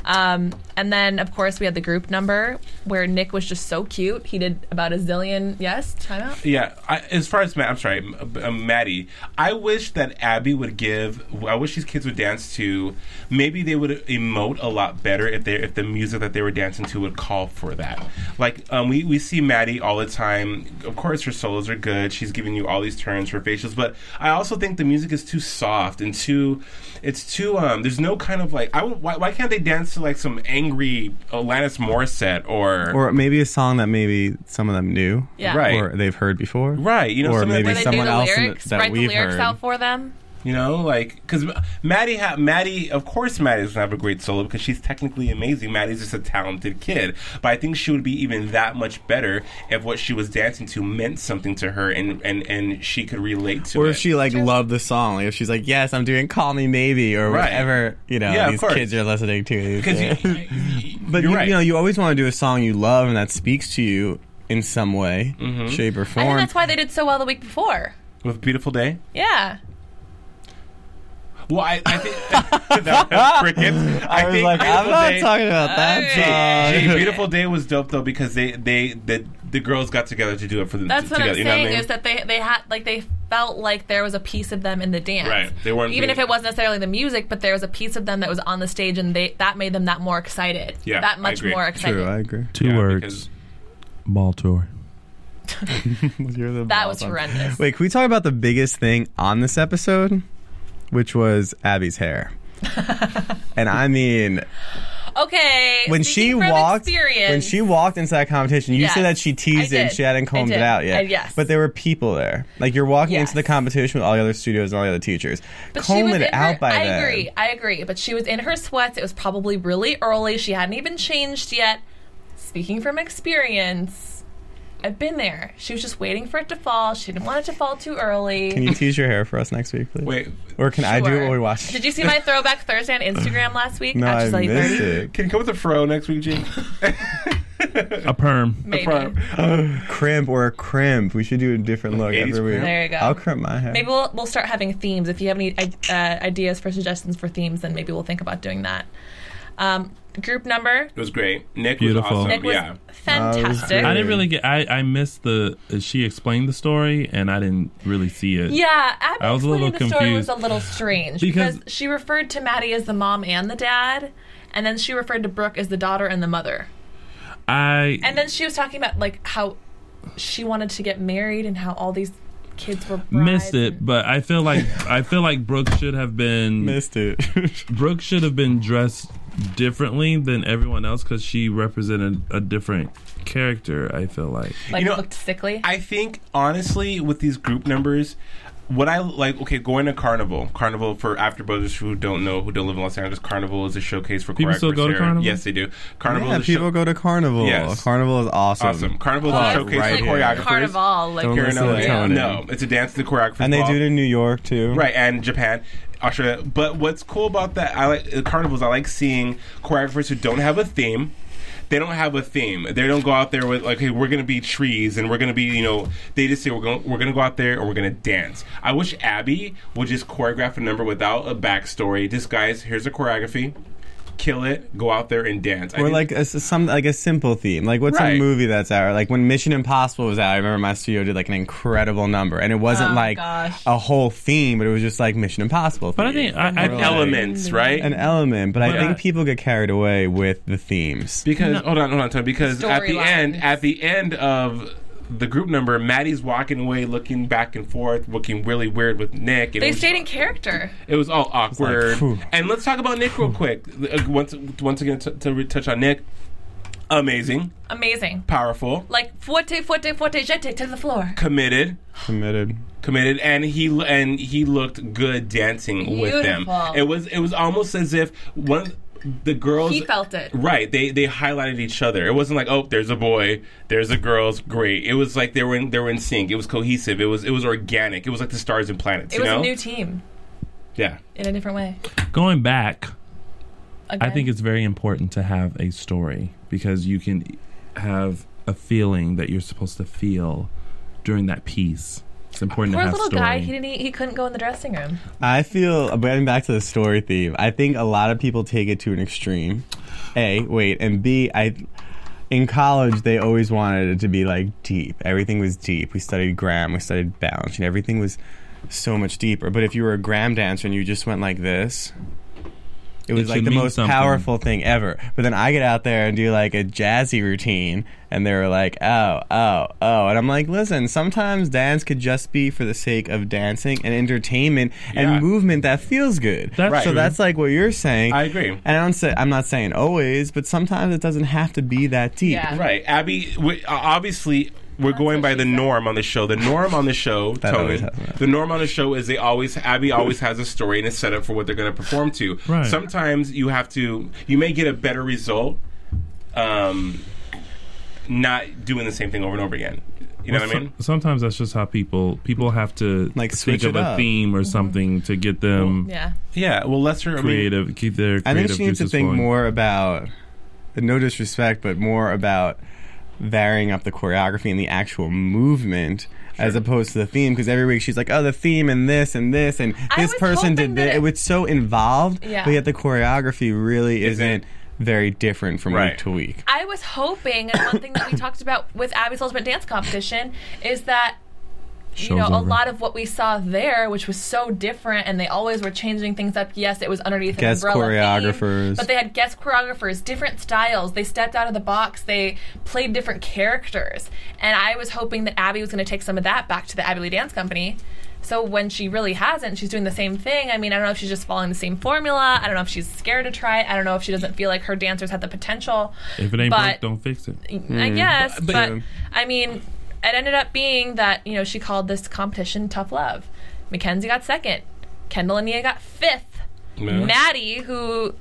Speaker 3: Um, and then, of course, we had the group number where Nick was just so cute. He did about a zillion. Yes, timeout.
Speaker 4: Yeah, I, as far as Ma- I'm sorry, M- uh, Maddie. I wish that Abby would give. I wish these kids would dance to. Maybe they would emote a lot better if they if the music that they were dancing to would call for that. Like um, we we see Maddie all the time. Of course, her solos are good. She's giving you all these turns for facials, but I also think the music is too soft and too. It's too. Um, there's no kind of like. I would, why, why can't they dance to like some angry Alanis Morissette or
Speaker 5: Or maybe a song that maybe some of them knew.
Speaker 3: Yeah.
Speaker 4: Right.
Speaker 5: Or they've heard before.
Speaker 4: Right, you know,
Speaker 5: or
Speaker 4: some of the-
Speaker 5: maybe
Speaker 3: Where they do
Speaker 5: someone
Speaker 3: the
Speaker 5: else in-
Speaker 3: lyrics,
Speaker 5: that
Speaker 3: write the
Speaker 5: we've
Speaker 3: lyrics
Speaker 5: heard.
Speaker 3: out for them.
Speaker 4: You know, like because Maddie, ha- Maddie, of course, Maddie doesn't have a great solo because she's technically amazing. Maddie's just a talented kid, but I think she would be even that much better if what she was dancing to meant something to her and and and she could relate to
Speaker 5: or
Speaker 4: it.
Speaker 5: if she like loved the song, like if she's like, "Yes, I'm doing Call Me Maybe" or
Speaker 4: Right.
Speaker 5: whatever, you know,
Speaker 4: Yeah, of
Speaker 5: these
Speaker 4: course.
Speaker 5: kids are listening to.
Speaker 4: 'Cause
Speaker 5: Yeah. *laughs* but you, you know, you always want to do a song you love and that speaks to you in some way,
Speaker 4: Mm-hmm.
Speaker 5: shape, or
Speaker 3: I think
Speaker 5: form.
Speaker 3: that's why they did so well the week before.
Speaker 4: With "Beautiful Day."
Speaker 3: Yeah.
Speaker 4: Well, I, I
Speaker 5: *laughs*
Speaker 4: think *laughs* that was crickets. I,
Speaker 5: was
Speaker 4: think
Speaker 5: like, I'm
Speaker 4: Beautiful
Speaker 5: not
Speaker 4: Day-
Speaker 5: talking about that
Speaker 4: Jay,
Speaker 5: song.
Speaker 4: Jay, beautiful day was dope though because they they the, the girls got together to do it for them.
Speaker 3: That's
Speaker 4: t-
Speaker 3: what I'm
Speaker 4: together,
Speaker 3: saying
Speaker 4: you know what I mean?
Speaker 3: is that they they had like they felt like there was a piece of them in the dance.
Speaker 4: Right. They weren't
Speaker 3: even
Speaker 4: being-
Speaker 3: if it wasn't necessarily the music, but there was a piece of them that was on the stage, and they that made them that more excited.
Speaker 6: Yeah,
Speaker 3: that
Speaker 6: I
Speaker 3: much
Speaker 6: agree.
Speaker 3: more excited.
Speaker 5: agree.
Speaker 6: Two words. Ball tour.
Speaker 3: That was
Speaker 5: *laughs*
Speaker 3: horrendous.
Speaker 5: Wait, can we talk about the biggest thing on this episode, which was
Speaker 3: *laughs*
Speaker 5: Abby's hair? and I mean,
Speaker 3: Okay,
Speaker 5: when
Speaker 3: speaking
Speaker 5: she
Speaker 3: from
Speaker 5: walked,
Speaker 3: experience,
Speaker 5: when she walked into that competition, you
Speaker 3: Yes,
Speaker 5: said that she teased
Speaker 3: I
Speaker 5: it and
Speaker 3: did.
Speaker 5: she hadn't
Speaker 3: I
Speaker 5: combed
Speaker 3: did.
Speaker 5: it out yet.
Speaker 3: I- yes.
Speaker 5: But there were people there. Like you're walking
Speaker 3: Yes.
Speaker 5: into the competition with all the other studios and all the other teachers.
Speaker 3: But she
Speaker 5: Comb
Speaker 3: was
Speaker 5: it
Speaker 3: in
Speaker 5: out
Speaker 3: her,
Speaker 5: by
Speaker 3: I
Speaker 5: then.
Speaker 3: agree. I agree. But she was in her sweats. It was probably really early. She hadn't even changed yet. Speaking from experience, I've been there. She was just waiting for it to fall. She didn't want it to fall too early.
Speaker 5: Can you tease your hair for us next week, please?
Speaker 4: Wait,
Speaker 5: or can I do it while we watch?
Speaker 3: Did you see
Speaker 5: *laughs*
Speaker 3: my throwback Thursday on Instagram last week?
Speaker 5: No,
Speaker 3: At
Speaker 5: I
Speaker 3: Giselle
Speaker 5: missed
Speaker 3: Burton?
Speaker 5: it.
Speaker 4: Can you come with a fro next
Speaker 3: *laughs*
Speaker 4: week, Gene?
Speaker 6: A perm.
Speaker 3: Maybe.
Speaker 5: crimp or a crimp. We should do a different look every week.
Speaker 3: There you go.
Speaker 5: I'll crimp my hair.
Speaker 3: Maybe we'll, we'll start having themes. If you have any uh, ideas for suggestions for themes, then maybe we'll think about doing that. Um, group number.
Speaker 4: It was great. Nick
Speaker 6: Beautiful.
Speaker 4: was awesome.
Speaker 3: Nick was
Speaker 4: yeah.
Speaker 3: fantastic.
Speaker 6: I didn't really get. I I missed the. She explained the story, and I didn't really see it.
Speaker 3: Yeah, Abby
Speaker 6: I was a little
Speaker 3: the story was
Speaker 6: confused.
Speaker 3: a little strange
Speaker 6: Because-
Speaker 3: because, she referred to Maddie as the mom and the dad, and then she referred to Brooke as the daughter and the mother.
Speaker 6: I
Speaker 3: And then she was talking about like how she wanted to get married and how all these kids were brides.
Speaker 6: missed it, but I feel like
Speaker 3: *laughs*
Speaker 6: I feel like Brooke should have been
Speaker 5: missed it. *laughs*
Speaker 6: Brooke should have been dressed differently than everyone else because she represented a different character. I feel like
Speaker 3: like looked sickly.
Speaker 4: I think honestly, with these group numbers, what I like, okay, going to Carnival, Carnival for after brothers who don't know, who don't live in Los Angeles, Carnival is a showcase for
Speaker 5: People
Speaker 4: choreographers
Speaker 5: still go to
Speaker 4: here.
Speaker 5: Carnival?
Speaker 4: Yes, they do. Carnival
Speaker 5: yeah,
Speaker 4: is a show-
Speaker 5: people go to carnival.
Speaker 4: Yes.
Speaker 5: Carnival is awesome.
Speaker 4: Awesome. Carnival is
Speaker 3: Well,
Speaker 4: a
Speaker 3: it's
Speaker 4: showcase
Speaker 5: right
Speaker 4: for
Speaker 5: here.
Speaker 4: choreographers.
Speaker 3: Carnival, like-
Speaker 5: Don't
Speaker 4: here in
Speaker 5: listen to
Speaker 4: LA.
Speaker 5: Tony.
Speaker 4: No, it's a dance to the choreographers.
Speaker 5: And they
Speaker 4: ball.
Speaker 5: do it in New York too.
Speaker 4: Right, and Japan, Australia. But what's cool about that, I like uh, carnivals. I like seeing choreographers who don't have a theme. They don't have a theme. They don't go out there with like, "Hey, we're gonna be trees and we're gonna be," you know. They just say we're going, we're gonna go out there and we're gonna dance. I wish Abby would just choreograph a number without a backstory. Just guys, here's a choreography, kill it, go out there and dance. I
Speaker 5: Or
Speaker 4: think-
Speaker 5: like a, s- some like a simple theme. Like what's
Speaker 4: Right.
Speaker 5: a movie that's out? Like when Mission Impossible was out, I remember my studio did like an incredible number, and it wasn't
Speaker 4: Oh,
Speaker 5: like
Speaker 4: gosh.
Speaker 5: a whole theme, but it was just like Mission Impossible.
Speaker 6: But I
Speaker 5: theme.
Speaker 6: think I- I-
Speaker 5: Or, like,
Speaker 4: Elements, right?
Speaker 5: An element, but
Speaker 4: But-
Speaker 5: I think people get carried away with the themes
Speaker 4: Because hold on, hold on, Tony. Because at the
Speaker 3: Storyline.
Speaker 4: end, at the end of the group number, Maddie's walking away, looking back and forth, looking really weird with Nick. And it
Speaker 3: they
Speaker 4: was,
Speaker 3: stayed in character.
Speaker 4: it was all
Speaker 5: like,
Speaker 4: awkward.
Speaker 5: phew.
Speaker 4: and let's talk about Nick real quick. Uh, Once, once again, t- to re- touch on Nick, amazing,
Speaker 3: Amazing.
Speaker 4: powerful,
Speaker 3: Like forte, forte, forte, jete to the floor.
Speaker 4: committed.
Speaker 5: committed.
Speaker 4: committed and he l- and he looked good dancing with them
Speaker 3: Beautiful.
Speaker 4: it was it was almost as if one the girls
Speaker 3: He felt it.
Speaker 4: right they they highlighted each other it wasn't like oh there's a boy there's a girl's great it was like they were in they were in sync it was cohesive it was it was organic it was like the stars and planets
Speaker 3: It
Speaker 4: you
Speaker 3: was
Speaker 4: know
Speaker 3: a new team
Speaker 4: yeah
Speaker 3: in a different way.
Speaker 6: going back, I
Speaker 3: Again.
Speaker 6: think it's very important to have a story because you can have a feeling that you're supposed to feel during that piece. It's important
Speaker 3: Poor
Speaker 6: to have
Speaker 3: little
Speaker 6: story.
Speaker 3: guy. He didn't. He couldn't go in the dressing room.
Speaker 5: I feel going back to the story theme. I think a lot of people take it to an extreme. A wait, and B I. In college, they always wanted it to be like deep. Everything was deep. We studied gram, we studied balance, and everything was so much deeper. But if you were a gram dancer and you just went like this, it was
Speaker 6: It
Speaker 5: like
Speaker 6: should
Speaker 5: the
Speaker 6: mean
Speaker 5: most
Speaker 6: something.
Speaker 5: powerful thing ever. But then I get out there and do like a jazzy routine, and they were like, oh, oh, oh. And I'm like, listen, sometimes dance could just be for the sake of dancing and entertainment
Speaker 4: Yeah.
Speaker 5: and movement that feels good.
Speaker 4: That's
Speaker 5: so
Speaker 4: true.
Speaker 5: that's like what you're saying.
Speaker 4: I agree.
Speaker 5: And I don't say, I'm not saying always, but sometimes it doesn't have to be that deep.
Speaker 4: Right. Abby, w- obviously, we're going by the norm on the show. The norm on the show,
Speaker 5: That always
Speaker 4: Tony. The norm on the show is they always Abby always has a story and a setup for what they're going to perform to.
Speaker 5: Right.
Speaker 4: Sometimes you have to. You may get a better result, um, not doing the same thing over and over again. You know
Speaker 6: Well,
Speaker 4: what I mean?
Speaker 6: so- sometimes that's just how people people have to like
Speaker 5: switch
Speaker 6: think of
Speaker 5: it
Speaker 6: a
Speaker 5: up.
Speaker 6: theme
Speaker 3: Mm-hmm.
Speaker 6: or something to get them
Speaker 3: Yeah.
Speaker 4: Yeah. Well, lesser I mean-
Speaker 6: creative. keep their creative
Speaker 5: I think she needs to
Speaker 6: juices
Speaker 5: think
Speaker 6: flowing.
Speaker 5: more about, no disrespect, but more about varying up the choreography and the actual movement as opposed to the theme. Because every week she's like, oh, the theme and this and this and this person did this. It, was so involved,
Speaker 3: Yeah.
Speaker 5: but yet the choreography really isn't very different from week to week.
Speaker 3: I was hoping, and one thing that
Speaker 4: *coughs*
Speaker 3: we talked about with Abby's Ultimate Dance Competition is that. you
Speaker 5: Show's
Speaker 3: know, a
Speaker 5: over.
Speaker 3: lot of what we saw there, which was so different, and they always were changing things up. Yes, it was underneath
Speaker 5: Guest
Speaker 3: an umbrella theme,
Speaker 5: choreographers.
Speaker 3: but they had guest choreographers, different styles. They stepped out of the box. They played different characters, and I was hoping that Abby was going to take some of that back to the Abby Lee Dance Company. So when she really hasn't, she's doing the same thing. I mean, I don't know if she's just following the same formula. I don't know if she's scared to try it. I don't know if she doesn't feel like her dancers had the potential.
Speaker 6: If it ain't
Speaker 3: but
Speaker 6: broke, don't fix it.
Speaker 5: Hmm.
Speaker 3: I guess, but, I mean, it ended up being that you know she called this competition tough love. Mackenzie got second. Kendall and Nia got fifth.
Speaker 4: Yeah.
Speaker 3: Maddie, who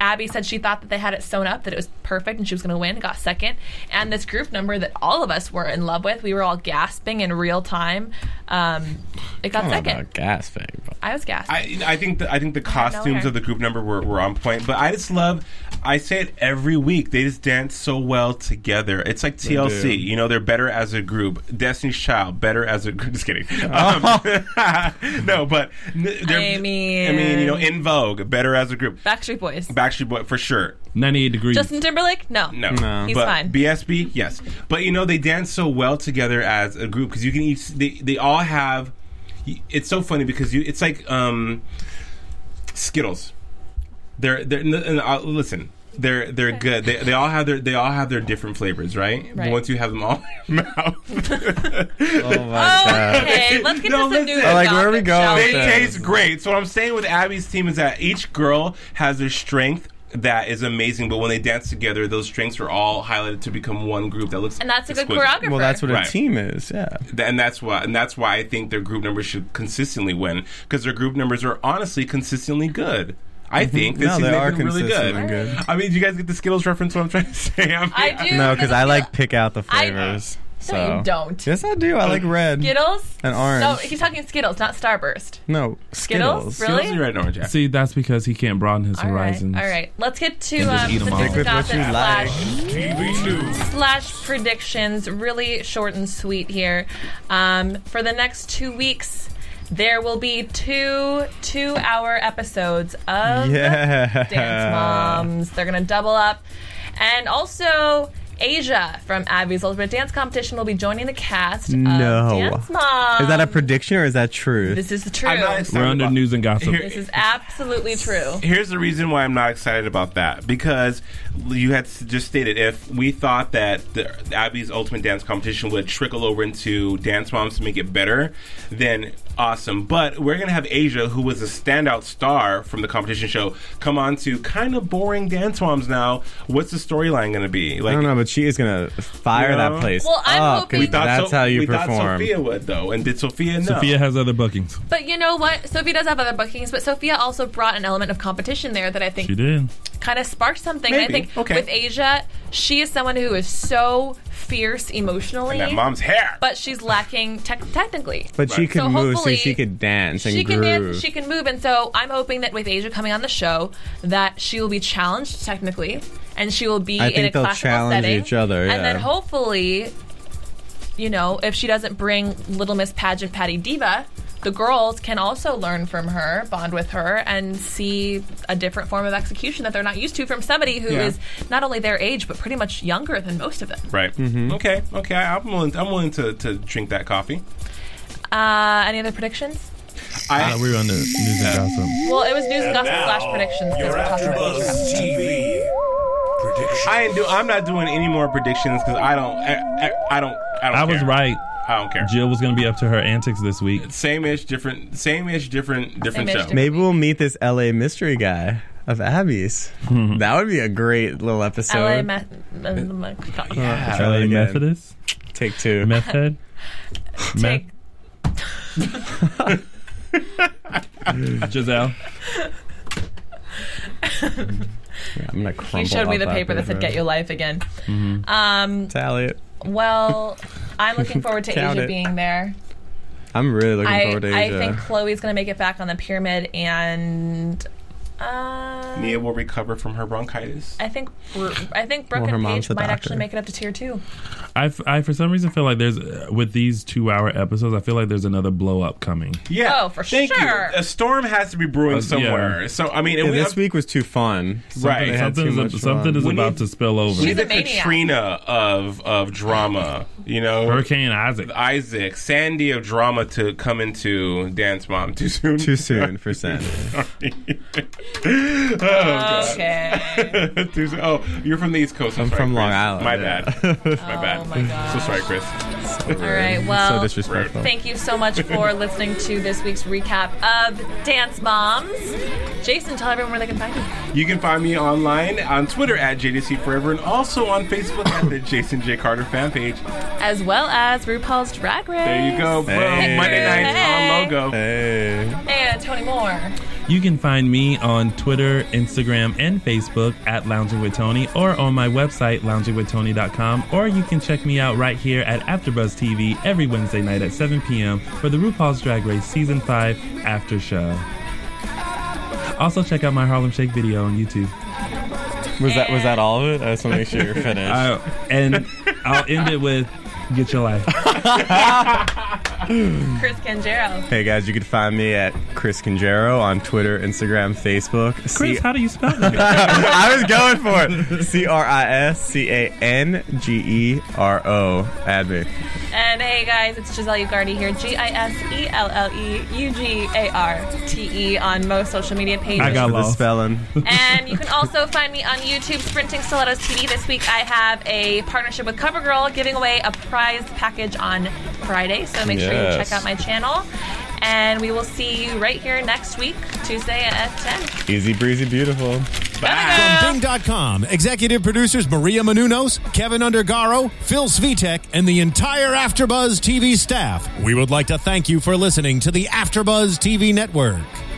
Speaker 3: Abby said she thought that they had it sewn up, that it was perfect and she was going to win, got second. And this group number that all of us were in love with, we were all gasping in real time. Um, it got second.
Speaker 5: gasping.
Speaker 3: I was gasping.
Speaker 4: I, I think the, I think the costumes
Speaker 3: her.
Speaker 4: of the group number were, were on point, but I just love. I say it every week. They just dance so well together. It's like
Speaker 12: They do.
Speaker 4: TLC. You know, they're better as a group. Destiny's Child, better as a group. *laughs* Just kidding.
Speaker 12: Oh.
Speaker 4: Um, *laughs* no, but n- they're,
Speaker 3: I mean-
Speaker 4: I mean, you know, in Vogue, better as a group.
Speaker 3: Backstreet Boys.
Speaker 4: Backstreet Boy for sure.
Speaker 6: Ninety eight degrees.
Speaker 3: Justin Timberlake? No.
Speaker 4: No,
Speaker 3: He's
Speaker 4: but
Speaker 3: fine.
Speaker 4: BSB, yes. But you know, they dance so well together as a group because you can each they they all have. It's so funny because you it's like um, Skittles. They're they're n- n- uh, listen. They're they're good. They, they all have their they all have their different flavors, right? But
Speaker 3: Right.
Speaker 4: once you have them all *laughs* in your mouth,
Speaker 3: *laughs*
Speaker 5: oh
Speaker 3: Okay, let's
Speaker 4: *laughs*
Speaker 3: get to some new
Speaker 4: They taste great. So what I'm saying with Abby's team is that each girl has their strength that is amazing, but when they dance together, those strengths are all highlighted to become one group that looks
Speaker 3: And that's a good
Speaker 4: exquisite.
Speaker 3: choreographer.
Speaker 5: Well, that's what
Speaker 4: Right.
Speaker 5: a team is, yeah.
Speaker 4: Th- and that's why and that's why I think their group numbers should consistently win because their group numbers are honestly consistently good. I
Speaker 5: Mhm.
Speaker 4: think this
Speaker 5: No,
Speaker 4: season
Speaker 5: they
Speaker 4: they've
Speaker 5: are
Speaker 4: been really good.
Speaker 5: consistently good.
Speaker 4: I mean, do you guys get the Skittles reference? What I'm trying to say, *laughs* I'm,
Speaker 3: I do.
Speaker 5: no, because I like pick out the
Speaker 3: I-
Speaker 5: flavors.
Speaker 3: No,
Speaker 5: so.
Speaker 3: you don't.
Speaker 5: Yes, I do. I like red.
Speaker 3: Skittles?
Speaker 5: And orange.
Speaker 3: No, he's talking Skittles, not Starburst.
Speaker 5: No,
Speaker 3: Skittles? Skittles. Really? Skittles and
Speaker 4: red and orange. Yeah.
Speaker 6: See, that's because he can't broaden his horizons.
Speaker 3: All right, let's get to
Speaker 6: And just
Speaker 3: um,
Speaker 6: eat 'em all.
Speaker 3: statistics
Speaker 6: Stick with what
Speaker 3: gossip
Speaker 6: you like.
Speaker 3: slash, slash predictions. Really short and sweet here. Um, for the next two weeks, there will be two two-hour episodes of
Speaker 5: Yeah.
Speaker 3: Dance Moms. They're gonna double up, and also. Asia from Abby's Ultimate Dance Competition will be joining the cast
Speaker 5: No.
Speaker 3: of Uh, Dance Moms.
Speaker 5: Is that a prediction or is that true?
Speaker 3: This is the truth.
Speaker 6: We're under news and gossip.
Speaker 3: This is absolutely true.
Speaker 4: Here's the reason why I'm not excited about that because you had s- just stated if we thought that the, Abby's Ultimate Dance Competition would trickle over into Dance Moms to make it better, then awesome. But we're gonna have Asia, who was a standout star from the competition show, come on to kind of boring Dance Moms now. What's the storyline gonna be?
Speaker 5: I don't know, but she is gonna fire
Speaker 4: You know?
Speaker 5: that place. up, 'cause that's how you
Speaker 4: we thought
Speaker 5: perform.
Speaker 4: Sophia would though, and did Sophia know?
Speaker 6: Sophia has other bookings.
Speaker 3: But you know what? Sophia does have other bookings, but Sophia also brought an element of competition there that I think
Speaker 6: She did.
Speaker 3: kind of sparked something. And I
Speaker 6: Maybe.
Speaker 3: think
Speaker 6: Okay.
Speaker 3: with Asia, she is someone who is so fierce emotionally.
Speaker 5: And that mom's hair.
Speaker 3: But she's lacking tech technically.
Speaker 5: But she could
Speaker 3: So
Speaker 5: move, so
Speaker 3: hopefully
Speaker 5: she could dance and
Speaker 3: she can
Speaker 5: groove.
Speaker 3: dance, she can move, and so I'm hoping that with Asia coming on the show, that she will be challenged technically, and she will be
Speaker 5: I
Speaker 3: in
Speaker 5: think
Speaker 3: a
Speaker 5: they'll
Speaker 3: classical
Speaker 5: challenge
Speaker 3: setting,
Speaker 5: each other, yeah.
Speaker 3: and then hopefully, you know, if she doesn't bring Little Miss Pageant Patty Diva. The girls can also learn from her, bond with her, and see a different form of execution that they're not used to from somebody who is
Speaker 4: Yeah.
Speaker 3: not only their age but pretty much younger than most of them.
Speaker 4: Right.
Speaker 5: Mm-hmm.
Speaker 4: Okay. Okay. I'm willing. I'm willing to, to drink that coffee.
Speaker 3: Uh, any other predictions?
Speaker 4: I,
Speaker 6: we were under news and gossip.
Speaker 3: Well, it was news and gossip slash predictions. 'cause we're talking about Asia.
Speaker 12: TV.
Speaker 4: I ain't do. I'm not doing any more predictions because I don't. I, I, I don't. I don't.
Speaker 6: I was
Speaker 4: care.
Speaker 6: right.
Speaker 4: I don't care.
Speaker 6: Jill was going to be up to her antics this week.
Speaker 4: Same ish, different. Same ish, different. Different show.
Speaker 5: Maybe we'll meet this LA mystery guy. of Abby's. that would be a great little episode.
Speaker 3: LA Meth. uh,
Speaker 5: Yeah.
Speaker 6: LA Methodist?
Speaker 5: Take two.
Speaker 6: Method?
Speaker 3: Take.
Speaker 6: Meth- *laughs* Giselle?
Speaker 5: I'm gonna crumble.
Speaker 3: He showed me
Speaker 5: up
Speaker 3: the paper that said "Get Your Life Again."
Speaker 5: Mhm.
Speaker 3: Um,
Speaker 5: Tally it.
Speaker 3: well,
Speaker 5: *laughs*
Speaker 3: I'm looking forward to
Speaker 5: Count
Speaker 3: Asia
Speaker 5: it.
Speaker 3: being there.
Speaker 5: I'm really looking
Speaker 3: I,
Speaker 5: forward to Asia.
Speaker 3: I think Chloe's going to make it back on the pyramid, and uh,
Speaker 4: Nia will recover from her bronchitis.
Speaker 3: I think Bru- I think Brooke
Speaker 6: Well, her
Speaker 3: and
Speaker 6: mom's
Speaker 3: Paige
Speaker 6: a
Speaker 3: might actually
Speaker 6: doctor.
Speaker 3: make it up to tier
Speaker 4: *laughs*
Speaker 3: two.
Speaker 6: I, f- I for some reason feel like there's uh, with these two hour episodes I feel like there's another blow up coming.
Speaker 4: Yeah.
Speaker 3: Oh, for
Speaker 4: Thank
Speaker 3: sure.
Speaker 4: you. A storm has to be brewing
Speaker 6: Uh,
Speaker 4: somewhere.
Speaker 6: yeah.
Speaker 4: So I mean, and
Speaker 5: Yeah,
Speaker 4: we
Speaker 5: this
Speaker 4: have-
Speaker 5: week was too fun.
Speaker 4: Right.
Speaker 5: Something, had too
Speaker 6: Something's-
Speaker 5: much
Speaker 6: something
Speaker 5: fun.
Speaker 6: is about to spill over.
Speaker 4: She's the
Speaker 3: a maniac.
Speaker 4: Katrina of of drama, you know.
Speaker 6: Hurricane Isaac,
Speaker 4: Isaac, Sandy of drama to come into Dance Mom too soon. *laughs*
Speaker 5: Too soon for Sandy.
Speaker 4: oh, God.
Speaker 3: okay.
Speaker 4: *laughs* Too soon. oh, you're from the East Coast. I'm,
Speaker 5: I'm
Speaker 4: sorry,
Speaker 5: from Long
Speaker 4: Chris.
Speaker 5: Island,
Speaker 4: My
Speaker 5: yeah.
Speaker 4: bad. my bad. So sorry, Chris.
Speaker 3: All right. Well,
Speaker 5: so disrespectful.
Speaker 3: Thank you so much
Speaker 5: *laughs*
Speaker 3: for listening to this week's recap of Dance Moms. Jason, tell everyone where they can find you.
Speaker 4: You can find me online on Twitter at JDC Forever and also on Facebook at the Jason J Carter fan page.
Speaker 3: as well as RuPaul's Drag Race.
Speaker 4: There you go, bro.
Speaker 6: Hey.
Speaker 4: Monday nights
Speaker 3: Hey.
Speaker 4: on Logo.
Speaker 5: Hey.
Speaker 3: And Tony Moore.
Speaker 6: You can find me on Twitter, Instagram, and Facebook at Lounging with Tony or on my website, loungingwithtony.com. Or you can check me out right here at AfterBuzz TV every Wednesday night at 7 p.m. for the RuPaul's Drag Race Season 5 After Show. Also, check out my Harlem Shake video on YouTube.
Speaker 5: Was that was that all of it? I just want to make sure you're finished.
Speaker 6: Uh, *laughs* and I'll end it with Get Your Life.
Speaker 3: Chris Canjero.
Speaker 5: Hey guys, you can find me at Chris Conjero on Twitter, Instagram, Facebook.
Speaker 6: Chris, how do you spell that?
Speaker 5: *laughs* I was going for it. C R I S C A N G E R O. Add me.
Speaker 3: And hey guys, it's Giselle Ugardi here. G I S E L L E U G A R T E on most social media pages.
Speaker 5: Thanks for The spelling.
Speaker 3: And you can also find me on YouTube, Sprinting Stilettos TV. This week I have a partnership with CoverGirl giving away a prize package on Friday. So make sure you
Speaker 5: Yes.
Speaker 3: check out my channel. And we will see you right here next week, Tuesday at 10.
Speaker 5: Easy breezy, beautiful.
Speaker 1: From Bing.com, executive producers Maria Manunos, Kevin Undergaro, Phil Svitek, and the entire Afterbuzz TV staff. We would like to thank you for listening to the Afterbuzz TV network.